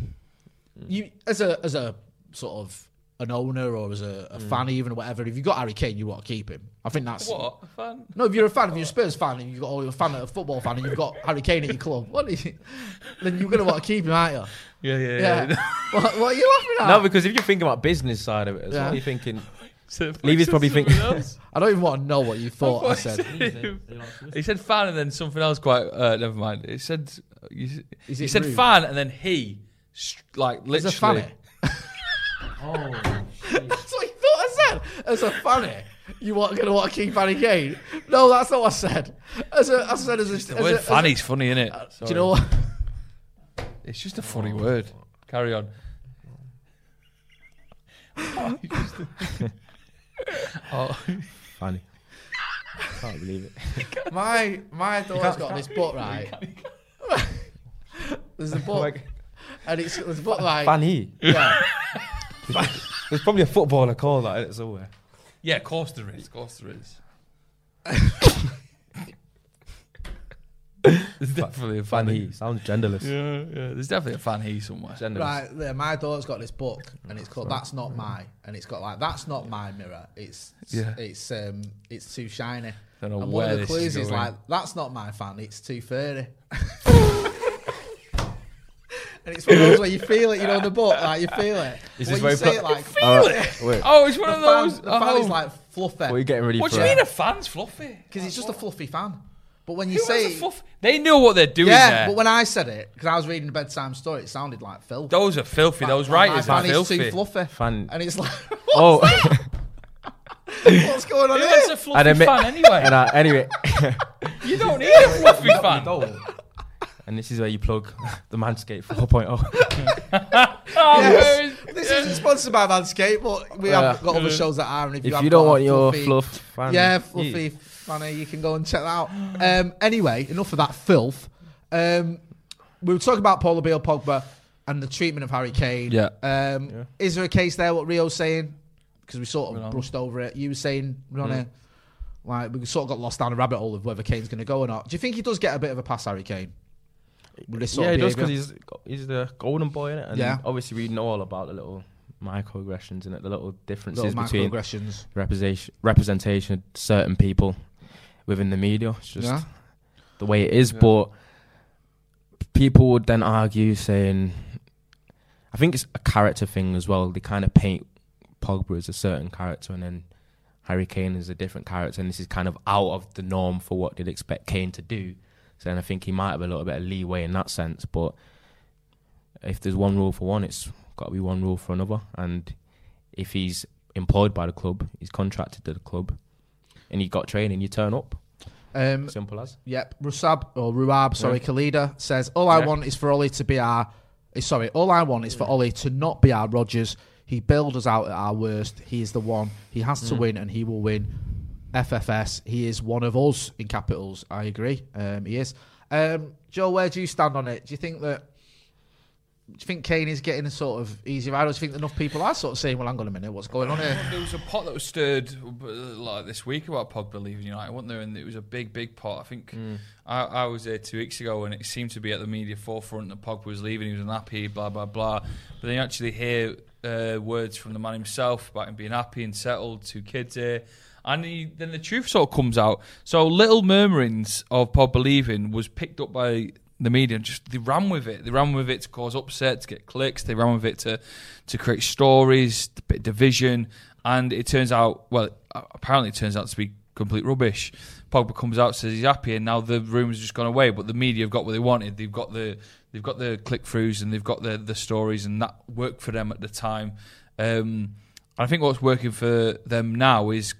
you as a as a sort of an owner or as a,
Mm.
a fan even or whatever, if you've got Harry Kane, you want to keep him. I think that's
What? a Fan?
no. If you're a fan, if you're a Spurs fan, and you've got or you're a fan, a football fan, and you've got Harry Kane at your club, what is it? Then you're gonna want to keep him, aren't you?
Yeah, yeah, yeah.
Yeah. what, what are you laughing at?
no, because if you're thinking about business side of it, as
Yeah.
well, you're thinking
So if
Levy's
I said
probably
something
think-
else-
I don't even want to know what you thought. I
What
said.
he said. He said fan and then something else. Quite uh, never mind. He said you, s-
Is
he
it
said
rude?
fan and then he str- like literally.
As a Oh. fanny. that's what you thought I said. As a fanny, you weren't going to want to keep Fanny Kane. No, that's not what I said. As a, I said as a,
The
as
word
a- as a-
fanny's funny, isn't it?
do you know what?
It's just a funny word. Carry on.
funny. Can't believe it.
My my daughter's got this book right. There's a book, and it's there's a book like
Fanny.
yeah.
There's probably a footballer called that. It's somewhere.
Yeah, of course there is. Of course there is. There's definitely a fan
Fanny
he.
sounds genderless.
Yeah, yeah. There's definitely a fan he somewhere.
Genderless.
Right, yeah, my daughter's got this book, and it's called "That's Not My," and it's got like "That's Not My Mirror." It's
Yeah.
it's um it's too shiny.
Don't know
and
where
one of the
this is
clues is,
going.
like "That's not my fan. It's too furry." and it's one of those where you feel it, you know, in the book, like you feel it.
Is this
When
where you
you
put-
say it like
All right, Wait.
Oh, it's one of
the fan,
those.
the fan
oh.
is like fluffy
What are you getting ready
what
for?
do you mean a fan's fluffy?
because it's just a fluffy fan. But when you
Who has
say
a fluff? They know what they're doing
yeah,
there.
but when I said it, because I was reading a bedtime story, it sounded like filth.
those are filthy. Those
Like,
writers
my
are
fan is too
filthy.
fluffy.
Fan-
And it's like,
Oh,
what's going on
Who
here?
has a fluffy
and admit-
fan anyway?
and, uh, anyway,
you don't need a fluffy fan.
and this is where you plug the Manscaped 4.0.
Oh, where is-
This isn't sponsored by Manscaped, but we have got other shows that are. And if you,
If
have
you don't
got
want your
fluffy-
fluff, fan,
yeah, fluffy funny. You can go and check that out. Um, anyway, enough of that filth. Um, we were talking about Paula Beale Pogba and the treatment of Harry Kane.
Yeah.
Um, Is there a case there? What Rio's saying? Because we sort of brushed over it. You were saying, Ronnie, like we sort of got lost down a rabbit hole of whether Kane's going to go or not. Do you think he does get a bit of a pass, Harry Kane? With this sort
yeah,
of
he does
behaviour?
because he's he's the golden boy in it, and
Yeah.
obviously we know all about the little microaggressions and the little differences
little
between
microaggressions.
representation representation of certain people within the media. It's just
Yeah.
the way it is. But people would then argue, saying, I think it's a character thing as well. They kind of paint Pogba as a certain character, and then Harry Kane is a different character, and this is kind of out of the norm for what they'd expect Kane to do. So then I think he might have a little bit of leeway in that sense. But if there's one rule for one, it's got to be one rule for another. And if he's employed by the club, he's contracted to the club, and he got training, you turn up.
Um,
Simple as.
Yep, Rusab or Ruab, sorry, Kalida says, "All I
Yeah.
want is for Ollie to be our, eh, sorry, all I want is for Ollie to not be our Rogers. He bailed us out at our worst. He is the one. He has to win, and he will win. FFS. He is one of us in capitals. I agree. Um, he is. Um, Joe, where do you stand on it? Do you think that? Do you think Kane is getting a sort of easy ride? Or do you think enough people are sort of saying, "Well, hang on a minute, what's going on here?"
There was a pot that was stirred uh, like this week about Pogba leaving United, wasn't there? And it was a big, big pot. I think I, I was there two weeks ago, and it seemed to be at the media forefront that Pogba was leaving. He was unhappy, blah blah blah. But then you actually hear uh, words from the man himself about him being happy and settled, two kids here, and he, then the truth sort of comes out. So little murmurings of Pogba leaving was picked up by the media and just they ran with it. They ran with it to cause upset, to get clicks. They ran with it to to create stories, a bit of division. And it turns out, well, a- apparently it turns out to be complete rubbish. Pogba comes out says he's happy, and now the rumors just gone away. But the media have got what they wanted. They've got the they've got the click throughs and they've got the the stories, and that worked for them at the time. Um, and I think what's working for them now is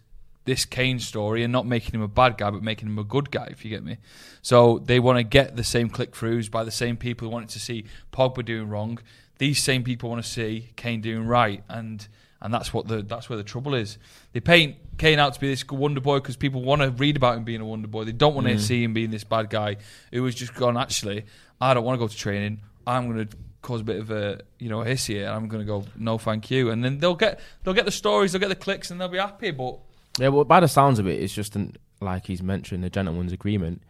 this Kane story and not making him a bad guy, but making him a good guy, if you get me. So they want to get the same click throughs by the same people who wanted to see Pogba doing wrong. These same people want to see Kane doing right, and and that's what the that's where the trouble is. They paint Kane out to be this wonder boy because people want to read about him being a wonder boy. They don't want to see him being this bad guy who has just gone. Actually, I don't want to go to training. I'm going to cause a bit of a you know a hiss here. And I'm going to go no thank you, and then they'll get they'll get the stories, they'll get the clicks, and they'll be happy. But
Yeah, well, by the sounds of it, it's just an, like he's mentioned the gentleman's agreement.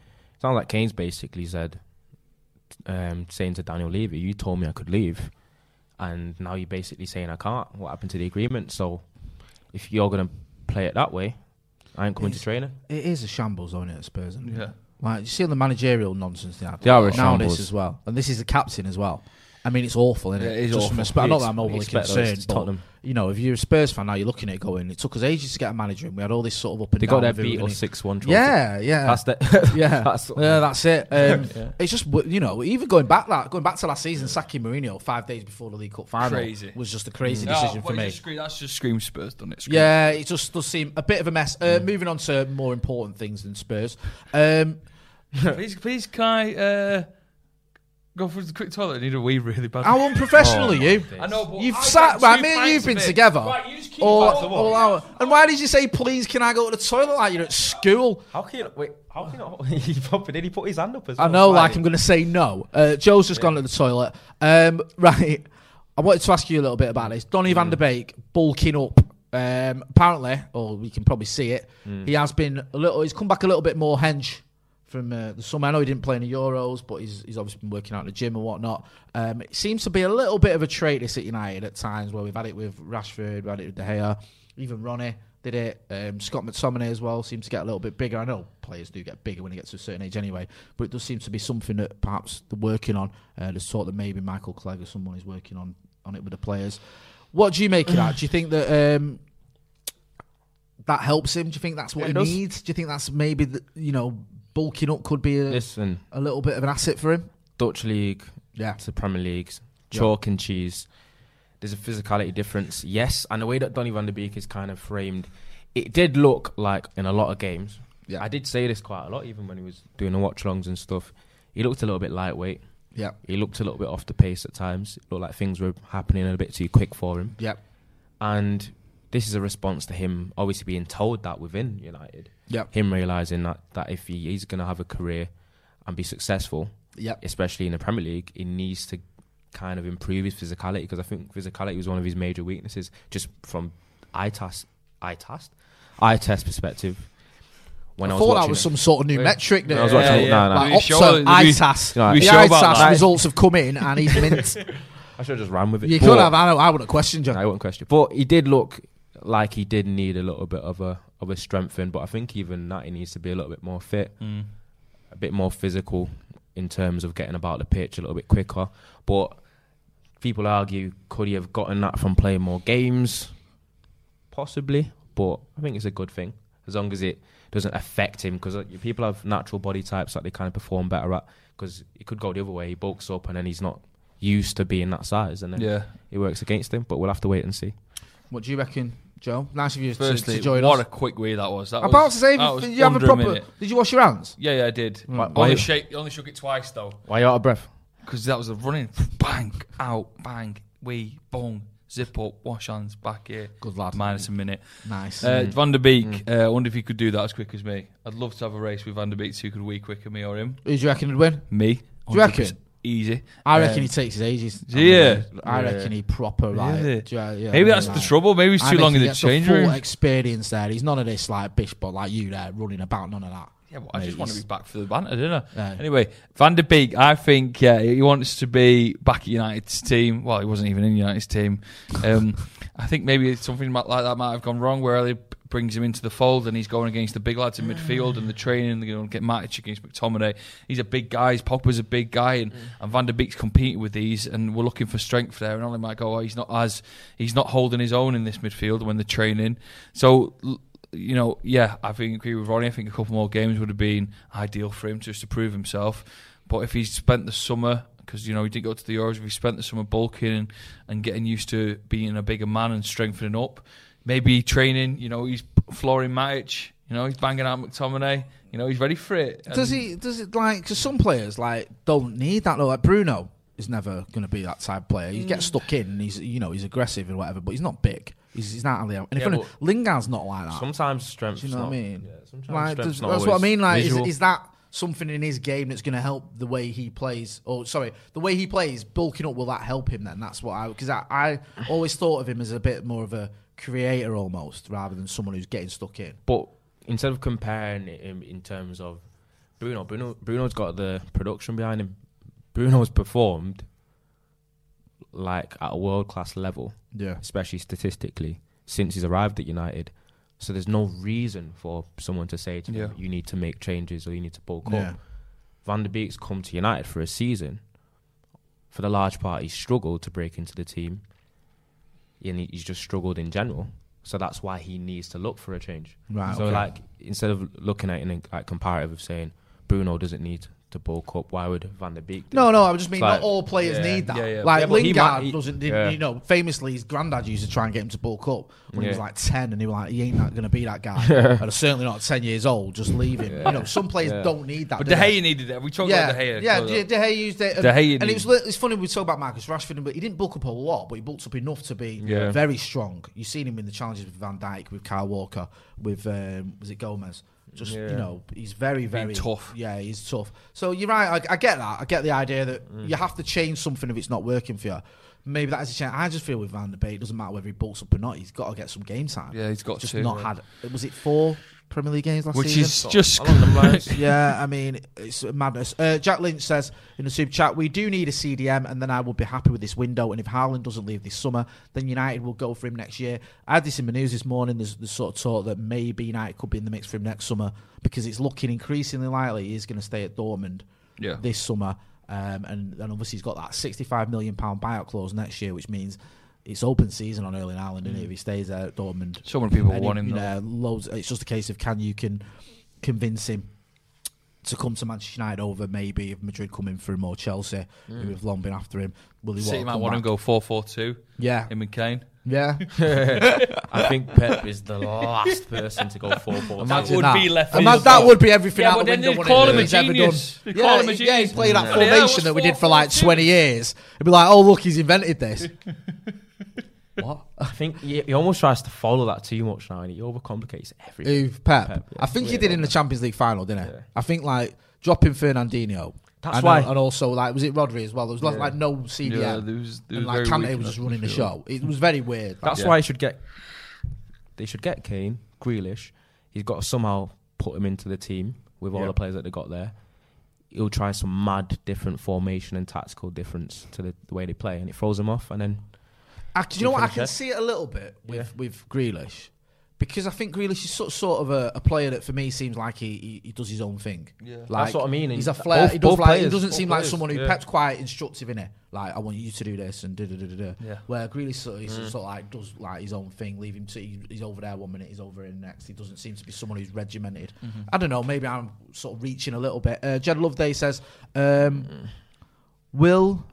Sounds like Kane's basically said, um, saying to Daniel Levy, "You told me I could leave, and now you're basically saying I can't. What happened to the agreement? So, if you're gonna play it that way, I ain't coming to training."
It is a shambles, isn't it, at Spurs? isn't it?
Yeah.
Like, you see all the managerial nonsense they had.
They are a
now
shambles.
this as well. And this is the captain as well. I mean, it's awful, isn't it?
Yeah, it is
Just from
awful.
a Sp- I not that I'm
You
overly
expect those
concerned,
to
but,
Tottenham.
you know, if you're a Spurs fan now, you're looking at it going, it took us ages to get a manager and we had all this sort of up and
They
down.
got their
of who we're
beat or
gonna-
six one.
Yeah, yeah.
that's the
yeah,
that's
yeah, that's it. Um, It's just w- you know, even going back that going back to last season, Saki Mourinho five days before the League Cup final
Crazy. Mm.
was just a crazy decision
Oh,
for
what is
me.
it, scream- that's just scream Spurs, doesn't it? Scream.
Yeah, it just does seem a bit of a mess. Uh,
Mm.
Moving on to more important things than Spurs. Um,
please, please, can I uh, go for the quick toilet? I need a wee really bad.
how unprofessional
Oh,
are you?
Oh, I know, but
You've
I
sat right.
drank two
Me and
pints
you've
of
been
it.
together
Right, you just keep
all,
back to what?
all hour. And why did you say, "Please, can I go to the toilet?" Like you're at school.
How can you wait? How can you? He did he put his hand up as
I know. Like I'm going to say no. Uh, Joe's just gone to the toilet. Um, right. I wanted to ask you a little bit about this. Donny van der Beek bulking up. Um, apparently, or we can probably see it. He has been a little. He's come back a little bit more hench from uh, the summer. I know he didn't play in the Euros, but he's he's obviously been working out in the gym and whatnot. Um, it seems to be a little bit of a trait this at United at times, where we've had it with Rashford, we had it with De Gea, even Ronnie did it. Um, Scott McTominay as well seems to get a little bit bigger. I know players do get bigger when they get to a certain age anyway, but it does seem to be something that perhaps they're working on. Uh, the sort that maybe Michael Clegg or someone is working on on it with the players. What do you make of that? Do you think that um, that helps him? Do you think that's what
It
he
does.
needs? Do you think that's maybe the, you know bulking up could be a,
Listen,
a little bit of an asset for him?
Dutch league,
Yeah.
to Premier Leagues, chalk and cheese. There's a physicality difference, yes, and the way that Donny van der Beek is kind of framed, it did look like in a lot of games.
Yeah.
I did say this quite a lot, even when he was doing the watch longs and stuff. He looked a little bit lightweight.
Yeah.
He looked a little bit off the pace at times. It looked like things were happening a bit too quick for him.
Yeah.
And this is a response to him obviously being told that within United.
Yeah.
Him realizing that that if he, he's going to have a career and be successful,
Yeah.
especially in the Premier League, he needs to kind of improve his physicality because I think physicality was one of his major weaknesses just from eye test, eye test, eye test perspective. When I,
I
was
thought that
watching
was
it.
some sort of new metric.
I was watching it- no, no.
Like,
We
Opta,
sure- we-
ITAS.
Right.
The
we
sure about
ITAS
that.
results have come in and he's mint.
I should have just ran with it.
You
But-
could have. I, know, I would have questioned you.
I won't question. But he did look like he did need a little bit of a of a strengthen. But I think even that he needs to be a little bit more fit,
Mm.
a bit more physical in terms of getting about the pitch a little bit quicker. But people argue could he have gotten that from playing more games? Possibly, but I think it's a good thing as long as it doesn't affect him because people have natural body types that they kind of perform better at. Because it could go the other way. He bulks up and then he's not used to being that size, and then
Yeah.
it works against him, but we'll have to wait and see.
What do you reckon, Joe? Nice of you to-
Firstly,
to join
what
us.
a quick way that was. That
I'm
was,
about to say,
that was
did you have a
under
proper.
minute.
did you wash your hands?
Yeah, yeah, I
Mm.
did.
why-
Only, shake, only shook it twice though,
Why are you out of breath?
because that was a running. Bang out, bang, wee, boom, zip up, wash hands, back here.
Good lad.
Minus a minute.
Nice. Mm.
Uh, Van der Beek. Uh, I wonder if he could do that as quick as me. I'd love to have a race with Van der Beek. Who could wee quicker, me or him?
Who do you reckon would win?
Me.
Do you reckon?
100% Easy.
I reckon
Um,
he takes his ages.
Yeah.
I reckon he proper right.
Really?
Do you- yeah,
Maybe that's
yeah.
the trouble. Maybe it's
I
too
think
long
he
in the
gets a
change
full
room.
Experience there. He's none of this like Bishbot like you there running about. None of that.
Yeah, well, I just
Mate,
want to be
he's-
back for the banter, didn't I?
Aye.
Anyway, Van der Beek, I think yeah, he wants to be back at United's team. Well, he wasn't even in United's team. Um, I think maybe something might- like that might have gone wrong where he brings him into the fold and he's going against the big lads in midfield and the training and they're going to get matched against McTominay. He's a big guy. His Pogba's a big guy
Mm.
and, and Van der Beek's competing with these and we're looking for strength there and Ollie might go, oh, he's not as, he's not holding his own in this midfield when they're training. So l- you know, yeah, I think agree with Ronnie. I think a couple more games would have been ideal for him just to prove himself. But if he spent the summer, because you know he did go to the Euros, if he spent the summer bulking and, and getting used to being a bigger man and strengthening up, maybe training. You know, he's flooring Matic. You know, he's banging out McTominay. You know, he's ready for it.
Does
And-
he? Does it like? Because some players like don't need that though. Like Bruno is never going to be that type of player. He gets stuck in. And he's you know he's aggressive and whatever, but he's not big. He's, he's not. And if
Yeah,
anything,
but-
Lingard's not like that.
Sometimes strength.
Do you know
not,
what I mean?
Yeah, sometimes
like,
strength's
does-
not
that's what I
always
mean. Like, is,
visual.
is that something in his game that's going to help the way he plays? Or sorry, the way he plays, bulking up, will that help him? Then that's what I because I, I always thought of him as a bit more of a creator almost rather than someone who's getting stuck in.
But instead of comparing him in terms of Bruno, Bruno, Bruno's got the production behind him. Bruno's performed like at a world class level,
Yeah.
especially statistically, since he's arrived at United. So there's no reason for someone to say to him,
Yeah.
"You need to make changes" or "You need to bulk
Yeah.
up." Van der Beek's come to United for a season. For the large part, he struggled to break into the team, and he- he's just struggled in general. So that's why he needs to look for a change.
Right,
So
okay.
like instead of looking at it in a, like comparative of saying Bruno doesn't need to bulk up, why would Van der Beek? do
No,
it?
no, I just mean
It's like-
not all players
yeah,
need that.
yeah, yeah.
Like
Yeah, but he
Lingard
might- he-
doesn't, did,
yeah.
you know, famously his granddad used to try and get him to bulk up when he was
Yeah.
like 10 and he was like, he ain't going to be that guy. and certainly not 10 years old, just leave him. You know, some players don't need that.
But
do
De
they?
Gea needed it. We talked
Yeah,
about De Gea.
yeah,
So-
De, De Gea used it, and,
De Gea
and it was
didn't-
it's funny we talk about Marcus Rashford, but he didn't bulk up a lot, but he bulked up enough to be
Yeah.
very strong. You've seen him in the challenges with Van Dijk, with Kyle Walker, with um, was it Gomez? Just you know, he's very very
tough.
Yeah, he's tough. So you're right. I, I get that. I get the idea that
Mm.
you have to change something if it's not working for you. Maybe that is a change. I just feel with Van der Beek, it doesn't matter whether he bulks up or not. He's got to get some game time.
Yeah, he's got
just
to,
not
yeah.
had. Was it four Premier League games last
which
season?
is just
Along them lines.
yeah, I mean, it's madness. Uh, Jack Lynch says in the super chat, we do need a CDM, and then I will be happy with this window. And if Haaland doesn't leave this summer, then United will go for him next year. I had this in the news this morning. There's the sort of talk that maybe United could be in the mix for him next summer because it's looking increasingly likely he's going to stay at Dortmund
Yeah.
this summer. Um, and, and obviously, he's got that £65 million buyout clause next year, which means. It's open season on Erling Haaland, and if he stays there at Dortmund,
So many people
and
want
he-
him
you
though.
know, loads. It's just a case of can you can convince him to come to Manchester United over maybe if Madrid come in for him or Chelsea, who have long been after him. Will he
City
to
might
come
want him
back?
to go 4 4 2.
Yeah.
Him and Kane.
Yeah.
I think Pep is the last person to go four four.
That
Imagine
would
that.
be left
Ima-
field.
that would be everything
Yeah,
out
but
the
then
window.
they'd
wouldn't
call
it,
him a
that's ever
genius.
done.
They'd call him a
Yeah, he
genius.
played that
Yeah, that
formation
was
that we did for
4-4-2.
like 20 years. It'd be like, oh, look, he's invented this. what?
I think he, he almost tries to follow that too much now, and he overcomplicates everything.
Who, Pep?
Pep, yeah.
I think he did in the Champions League final, didn't he?
Yeah.
I think like dropping Fernandinho.
That's
and, uh,
why-
And also, like, was it Rodri as well? There was like, like no CDM.
Yeah, there was- there
and
was
like
very
Kante was
weak in
just
that
running the
midfield.
show. It was very weird.
That's why he should get. They should get Kane, Grealish. He's got to somehow put him into the team with all the players that they got there. He'll try some mad different formation and tactical difference to the, the way they play, and it throws him off. And then
I, do you know what? I can
Defender.
see it a little bit with with Grealish because I think Grealish is sort sort of a, a player that for me seems like he he, he does his own thing. Yeah, like,
That's what I mean, and
He's a
th-
flair.
both-
he, does
both
like, he
players,
doesn't
both
seem like
players,
someone who
yeah.
Pep's quite instructive in it. Like I want you to do this and da da da da. da.
Yeah.
Where Grealish sort of, he's
Mm.
sort of like does like his own thing. Leave him to he, he's over there one minute, he's over in the next. He doesn't seem to be someone who's regimented.
Mm-hmm.
I don't know. Maybe I'm sort of reaching a little bit. Uh, Jed Loveday says, um, "Will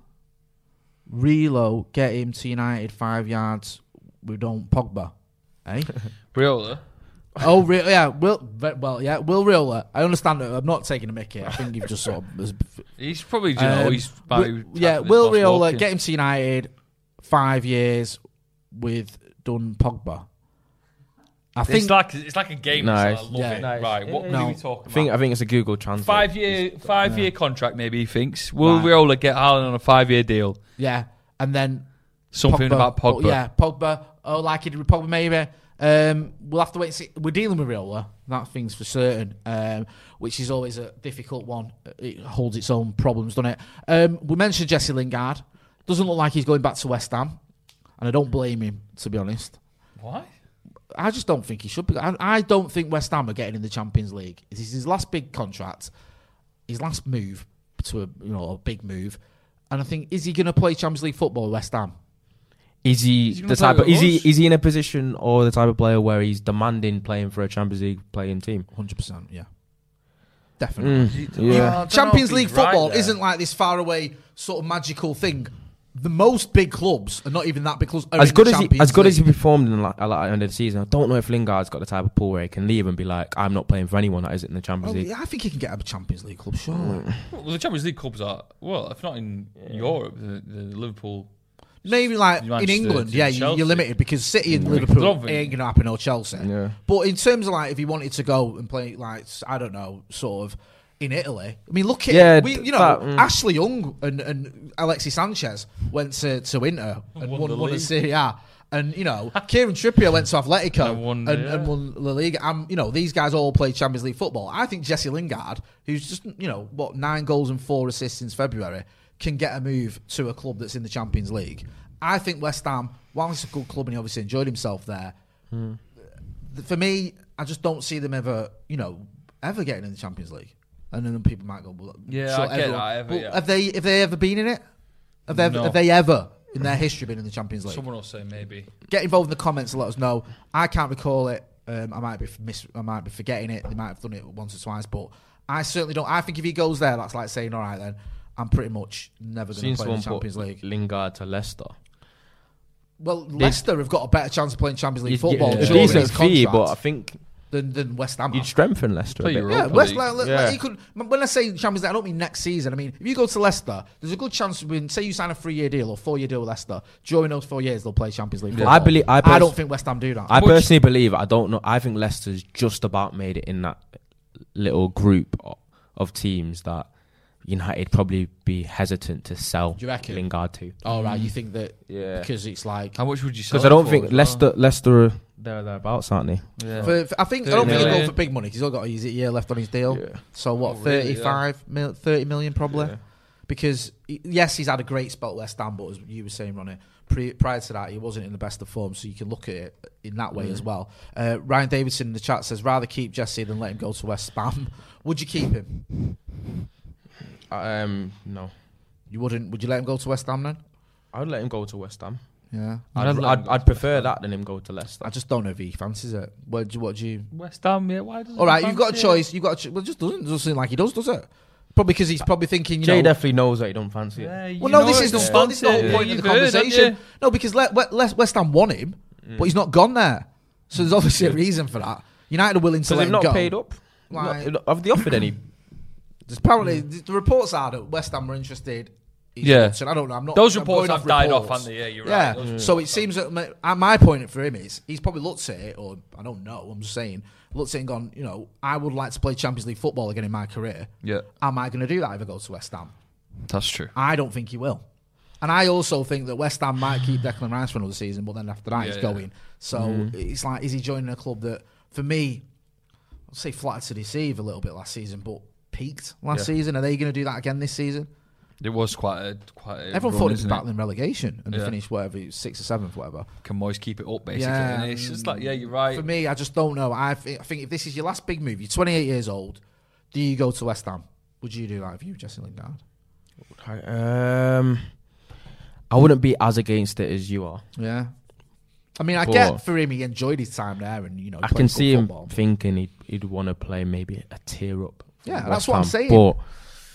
Relo get him to United five yards. We don't Pogba, eh?
Briola.
oh, re- yeah. Will ve- well, yeah. Will Riola. I understand that. I'm not taking a mickey. I think you've just sort of.
He's probably, you know,
Um,
he's
Wi- yeah. Will Riola get him to United five years with done Pogba? I
It's
think.
like it's like a game.
No,
so I
it's-
love
yeah.
it.
No, it's-
right, what
No.
are we talking
I think I
about?
think it's a Google Translate.
Five year, five year contract. Maybe he thinks. Will Riola get Haaland on a five year deal?
yeah, and then
Something about
Oh,
Pogba.
yeah, Pogba. Oh, like he did with Pogba, maybe. Um, we'll have to wait and see. We're dealing with Riola. That thing's for certain, um, which is always a difficult one. It holds its own problems, doesn't it? Um, we mentioned Jesse Lingard. Doesn't look like he's going back to West Ham, and I don't blame him, to be honest.
Why?
I just don't think he should be. I, I don't think West Ham are getting in the Champions League. This is his last big contract, his last move to a you know a big move, and I think is he going to play Champions League football with West Ham?
Is he
gonna
the
play
type? Of,
with
is he
us?
is he in a position or the type of player where he's demanding playing for a Champions League playing team?
Hundred percent, yeah, definitely.
Mm.
Uh,
Yeah. I don't
Champions
know if
League
he's right
football
there.
isn't like this far away sort of magical thing. The most big clubs are not even that big clubs. Are
As
in
good
the
as he,
Champions
as good as he
League.
performed in like, like end of the season, I don't know if Lingard's got the type of pool where he can leave and be like, I'm not playing for anyone that isn't in the Champions
Well,
League.
Oh,
Mm.
yeah, I think he can get a Champions League club, sure.
Well, the Champions League clubs are well, if not in Europe, the, the Liverpool.
Maybe like in
Manchester
England,
to
yeah, you,
Chelsea.
you're limited because City and
I don't
Liverpool
think-
it ain't gonna happen or Chelsea.
Yeah.
But in terms of like if he wanted to go and play like s- I don't know, sort of in Italy. I mean, look at
Yeah,
we,
d-
you know
that, mm.
Ashley Young and, and Alexis Sanchez went to to Inter and
Won
won
the
won a
league.
Serie A. And you know, Kieran Trippier went to Atletico
And won
and,
the-
and
yeah.
won La Liga. Um, you know, these guys all play Champions League football. I think Jesse Lingard, who's just you know what nine goals and four assists since February, can get a move to a club that's in the Champions League. I think West Ham, while it's a good club and he obviously enjoyed himself there, th- for me, I just don't see them ever, you know, ever getting in the Champions League. And then people might go, well,
Yeah,
sure,
I get
everyone-
that, ever,
but
yeah.
Have they have they ever been in it? Have they,
No.
have they ever in their history been in the Champions League?
Someone will say maybe.
Get involved in the comments and let us know. I can't recall it. Um, I might be f- mis- I might be forgetting it. They might have done it once or twice, but I certainly don't. I think if he goes there, that's like saying, all right, then I'm pretty much never going
Seen
to play in
someone
the Champions
put
League.
Lingard to Leicester.
Well, Leicester have got a better chance of playing Champions League
You'd
football
get a
during
decent
his
fee, but I
contract
think
than, than West Ham.
you'd
have.
strengthen Leicester.
Play
A
Europa
bit.
Yeah,
Europa
West,
League.
like, like,
Yeah.
you could. When I say Champions League, I don't mean next season. I mean if you go to Leicester, there's a good chance when say you sign a three-year deal or four-year deal with Leicester. During those four years, they'll play Champions League. Football.
I believe- I pers-
don't think West Ham do that.
I personally believe I don't know. I think Leicester's just about made it in that little group o- of teams that United probably be hesitant to sell
Do you reckon?
Lingard to.
All right, you think that?
Yeah.
Because it's like.
How much would you sell?
Because I
it
don't
for
think
as well?
Leicester, Leicester are there thereabouts, aren't they?
For, for- I think I don't think
30
he'll go
million.
for big money. 'cause He's all got a year left on his deal.
Yeah.
So what,
really, yeah.
35 mil, 30 million probably. Because he- yes, he's had a great spell at West Ham, but as you were saying, Ronnie, pre, prior to that, he wasn't in the best of form. So you can look at it in that way
Mm.
as well. Uh, Ryan Davidson in the chat says, "Rather keep Jesse than let him go to West Ham." would you keep him?
Um, no.
You wouldn't. Would you let him go to West Ham then?
I'd let him go to West Ham.
Yeah.
I'd, I'd, I'd, prefer that than him go to Leicester.
I just don't know if he fancies it. What do, what do you?
West Ham. Yeah, why does?
All right, you've got a choice. You've got a cho- well, it just doesn't doesn't seem like he does, does it? probably because he's probably thinking, you
Jay
know,
definitely knows that he don't fancy it.
Well, no, this is, the, whole- this is the whole point of the conversation. No, because Le- We- Le- West Ham won him,
Mm.
but he's not gone there. So there's obviously a reason for that. United are willing to
So
let
they've
him
not
go.
paid up.
Like-
Not- have they offered any?
There's Apparently,
Mm.
th- the reports are that West Ham were interested. in
Yeah.
Hudson. I don't know. I'm not.
Those
I'm
reports
going
have died off,
reports.
haven't they? Yeah, you're
yeah.
right. Those
So it seems that my, uh, my point for him is he's probably looked at it, or I don't know. I'm just saying, looked at it and gone. You know, I would like to play Champions League football again in my career.
Yeah.
Am I going to do that if I go to West Ham?
That's true.
I don't think he will. And I also think that West Ham might keep Declan Rice for another season, but then after that, he's
Yeah, yeah.
going. So it's like, is he joining a club that, for me, I'd say flattered to deceive a little bit last season, but peaked last season? Are they going to do that again this season?
It was quite a quite. A
Everyone
run,
thought it was
isn't
battling relegation and they
Yeah.
finished whatever, sixth or seventh, whatever.
Can Moyes keep it up basically?
Yeah.
And it's just like, yeah, you're right.
For me, I just don't know. I, thi- I think if this is your last big move, you're 28 years old, do you go to West Ham? Would you do that if you were Jesse Lingard?
um, I wouldn't be as against it as you are.
Yeah. I mean, I
But-
get for him, he enjoyed his time there and, you know, he
I
played
can
good
see him
football.
thinking he'd, he'd want to play maybe a tier up. for
Yeah,
West
that's what I'm
Ham,
saying.
But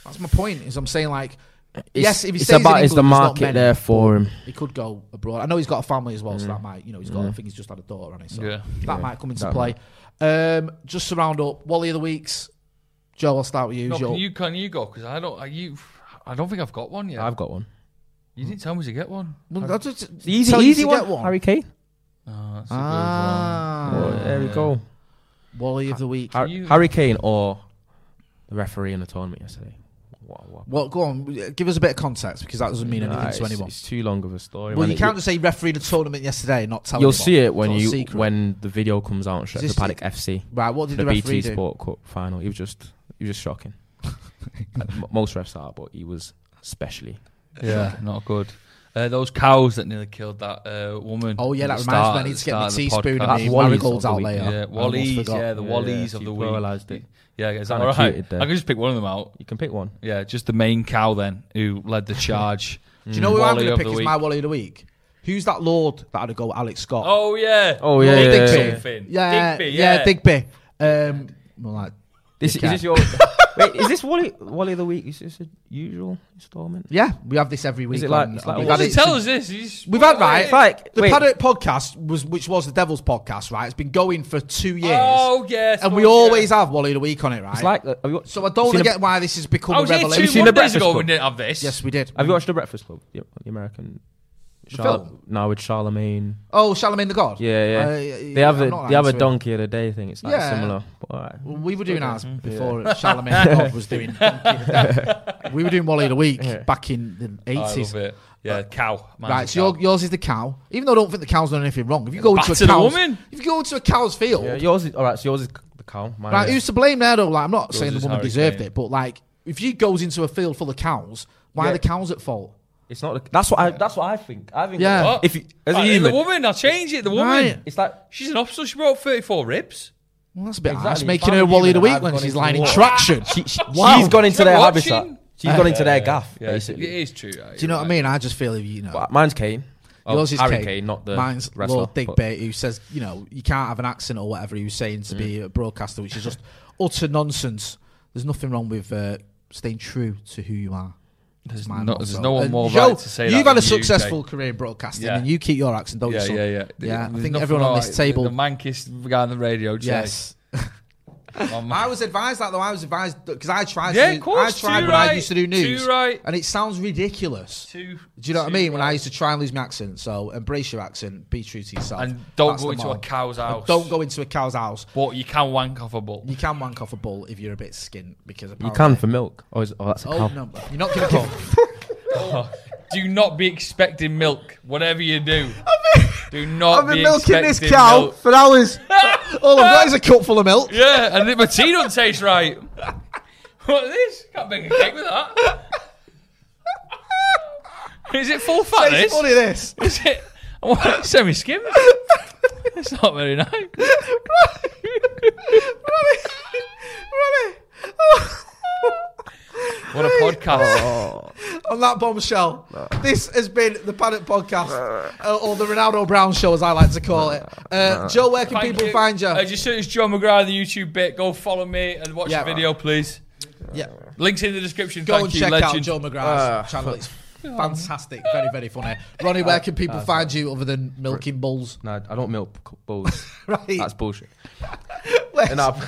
That's my point. Is I'm saying like,
it's,
yes, if he
it's
stays
about
in
is the
England, there's not
market
many.
there for Mm. him.
He could go abroad. I know he's got a family as well, so that might, you know, he's got. I think he's just had a daughter on it, so
Yeah.
that might come into play. Um, just to round up, Wally of the weeks. Joe, I'll start with you.
No,
Joe.
can you can you go? Because I don't. Are you? I don't think I've got one yet.
I've got one.
you didn't tell me to get one.
Well, that's just-
Easy,
tell you
easy
to
one.
get one.
Harry Kane.
Oh, that's a
Ah.
good one.
Well, there we go. Ah.
Wally of the week.
Har-
you-
Harry Kane or the referee in the tournament yesterday. What, what?
Well, go on. Give us a bit of context because that doesn't mean
Nah,
anything
it's,
to anyone.
it's too long of a story.
Well,
man.
you
It-
can't just say referee the tournament yesterday and not tell.
You'll
anyone.
see it
It's
when
not a
you
secret.
when the video comes out and shows the
this
Paddock FC,
right. What did
the,
the, referee
BT
do?
Sport Cup final. He was just he was just shocking. Like, m- Most refs are, but he was especially.
Yeah, not good. Uh, those cows that nearly killed that uh, woman.
Oh yeah,
at
that reminds
the start-
me. I need
the
to get my
start of the
teaspoon
podcast.
and the
That's Wally's
marigolds
of the
out
week,
later.
yeah.
I
Yeah,
almost
Wallies.
forgot.
Yeah, the
Yeah,
Wallies
yeah,
of
you
the week.
pluralised it.
Yeah, guys.
Kinda
All right,
cheated
I
there.
can just pick one of them out.
You can pick one.
Yeah, just the main cow then, who led the charge.
Do you
Mm,
know who I'm
Wally
going
of
to pick
the
as
week.
my Wally of the week? Who's that Lord that had a go at Alex Scott?
Oh yeah.
Oh, yeah, yeah, yeah, yeah.
Something.
yeah,
Digby,
yeah,
yeah.
Digby. Um, well, like,
This is
Okay.
this your wait? Is this Wally Wally of the week? Is this a usual installment?
yeah, we have this every week.
it like-
on-
it's like
we've
a
had
Well,
Wally-
he
it
tell
since-
us this. He's,
We've had right.
It's like-
the
wait.
Paddock podcast was, which was the Devil's podcast, right? It's been going for two years.
Oh yes.
and
well,
we
yeah.
always have Wally of the week on it, right?
It's like uh, have you,
so I don't
seen a-
get why this has become
I
a
was here
revelation.
two
seen the
Mondays
Breakfast
ago.
Club?
We didn't have this.
yes, we did.
Have you watched The Breakfast Club? The, the American. Charl-
film?
no, with Charlemagne.
Oh, Charlemagne the God.
Yeah, yeah.
Uh,
they have
I'm
a,
not
they have a
into it.
donkey of the day thing. It's like
Yeah.
similar. But, all right.
Well, we were doing ours before Charlemagne the God was doing. Donkey of the Day. we were doing Wally of the Week back in the
I
eighties.
love it. Yeah, cow. Mine's a
Uh, Right, so your,
cow.
yours is the cow. Even though I don't think the cow's done anything wrong. If you go to a
Battered a
cow's,
woman.
if you go to a cow's field,
Yeah, yours is all right. So yours is c- the cow. Mine
right,
is-
who's to blame there though? Like, I'm not saying the
is
woman
Harry
deserved
Kane.
it, but like, if you goes into a field full of cows, why are
Yeah.
the cows at fault?
It's not. The, that's what I. That's what I think. I think.
Yeah.
What?
If you, as
Right,
a
the
human,
woman, I'll change it. The woman.
Right.
it's like
She's an officer. She brought 34 ribs.
Well, that's a bit
Exactly.
harsh,
If
making
I'm
her
a
Wally
human,
of the week
I've
when
gone
she's
into
lying in
war.
traction.
she, she,
Wow.
she's gone into
You're
their
watching?
habitat. She's gone into their gaff.
Yeah, it
Basically.
is true.
Do you know what I mean? I just feel you know.
But mine's Kane. Oh,
yours is
Harry
Kane.
not the
mine's
wrestler.
Lord
but-
Digby, who says you know you can't have an accent or whatever. He was saying to
Mm.
be a broadcaster, which is just utter nonsense. There's nothing wrong with uh, staying true to who you are.
There's,
my
no,
motto.
there's no one
And
more
Joe,
right to say that
You've
than
had a
you, Jay.
successful career in broadcasting,
Yeah.
and you keep your accent, don't
Yeah,
you? son?
yeah, yeah.
Yeah, I
There's
think
nothing
everyone on
like
this table.
The mankest guy on the radio, Jay.
yes.
Oh, man.
I was advised that though. I was advised because I tried.
Yeah,
to do,
of course,
I tried
too
when I
right,
used to do
too
news,
right.
and it sounds ridiculous.
Too-
do you know what I
too
mean? When I
right.
used to try and lose my accent, so embrace your accent, be true to yourself,
And don't
That's
go
the
into
motto.
a cow's
And
house.
Don't go into a cow's house.
But you can wank off a bull.
You can wank off a bull if you're a bit skint because
You
apparently
can for milk. Oh, is, oh that's a
Oh
cow.
no, you're not gonna give.
Do not be expecting milk, whatever you do. do not
I've been
be
milking this
expecting
cow
milk.
for hours. All I've got is a cup full of milk.
Yeah, and if my tea doesn't taste right. What is this? Can't bake a cake with that. Is it full fat?
It's
This?
funny this.
Is it? Semi skim. It's not very nice.
Ronnie,
What a podcast!
on that bombshell, this has been the Paddock Podcast, uh, or the Ronaldo Brown Show, as I like to call it. Uh, Joe, where can
Thank
people find you?
Uh, just search John McGrath on the YouTube bit. Go follow me and watch
Yeah.
the video, please.
yeah.
Links in the description.
Go
Thank
and
you,
check
legend.
out Joe
Ah.
McGrath's channel. It's fantastic. Very, very funny. Ronnie, where can people find you other than milking bulls?
Ah, No, I don't milk c- bulls.
Right.
That's bullshit.
Where's-
Enough.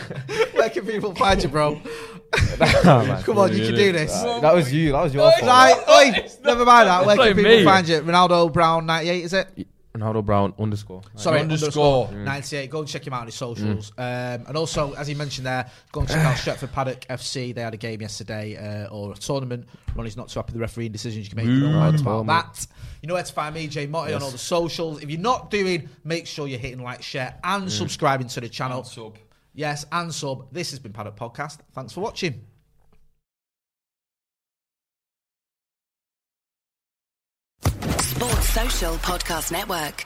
Where can people find you, bro? Come on, you can do this.
That was you. That was your fault.
Right, oi, never mind that. Where
Blame
can people
me.
find you? Ronaldo Brown 98, is it?
Ronaldo Brown underscore. Mm.
Sorry,
Underscore.
underscore 98. Go and check him out on his socials. Um, and also, as he mentioned there, go and check out Stretford Paddock FC. They had a game yesterday uh, or a tournament. Ronnie's not too happy with the refereeing decisions you can make. your own mind about that. You know where to find me, Jay Motti, on all the socials. If you're not doing, make sure you're hitting like, share, and
Mm.
subscribing to the channel.
Sub.
Yes, and sub. This has been Paddock Podcast. Thanks for watching.
Sports Social Podcast Network.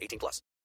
18 plus.